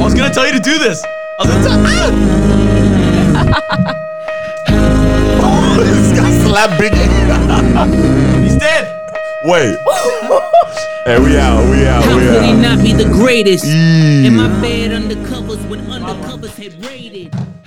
I was gonna tell you to do this. I was gonna tell
this guy slapped Biggie.
He's dead.
Wait. hey, we out, we out, we
Could he
out.
not be the greatest? In my bed undercovers when undercovers had raided.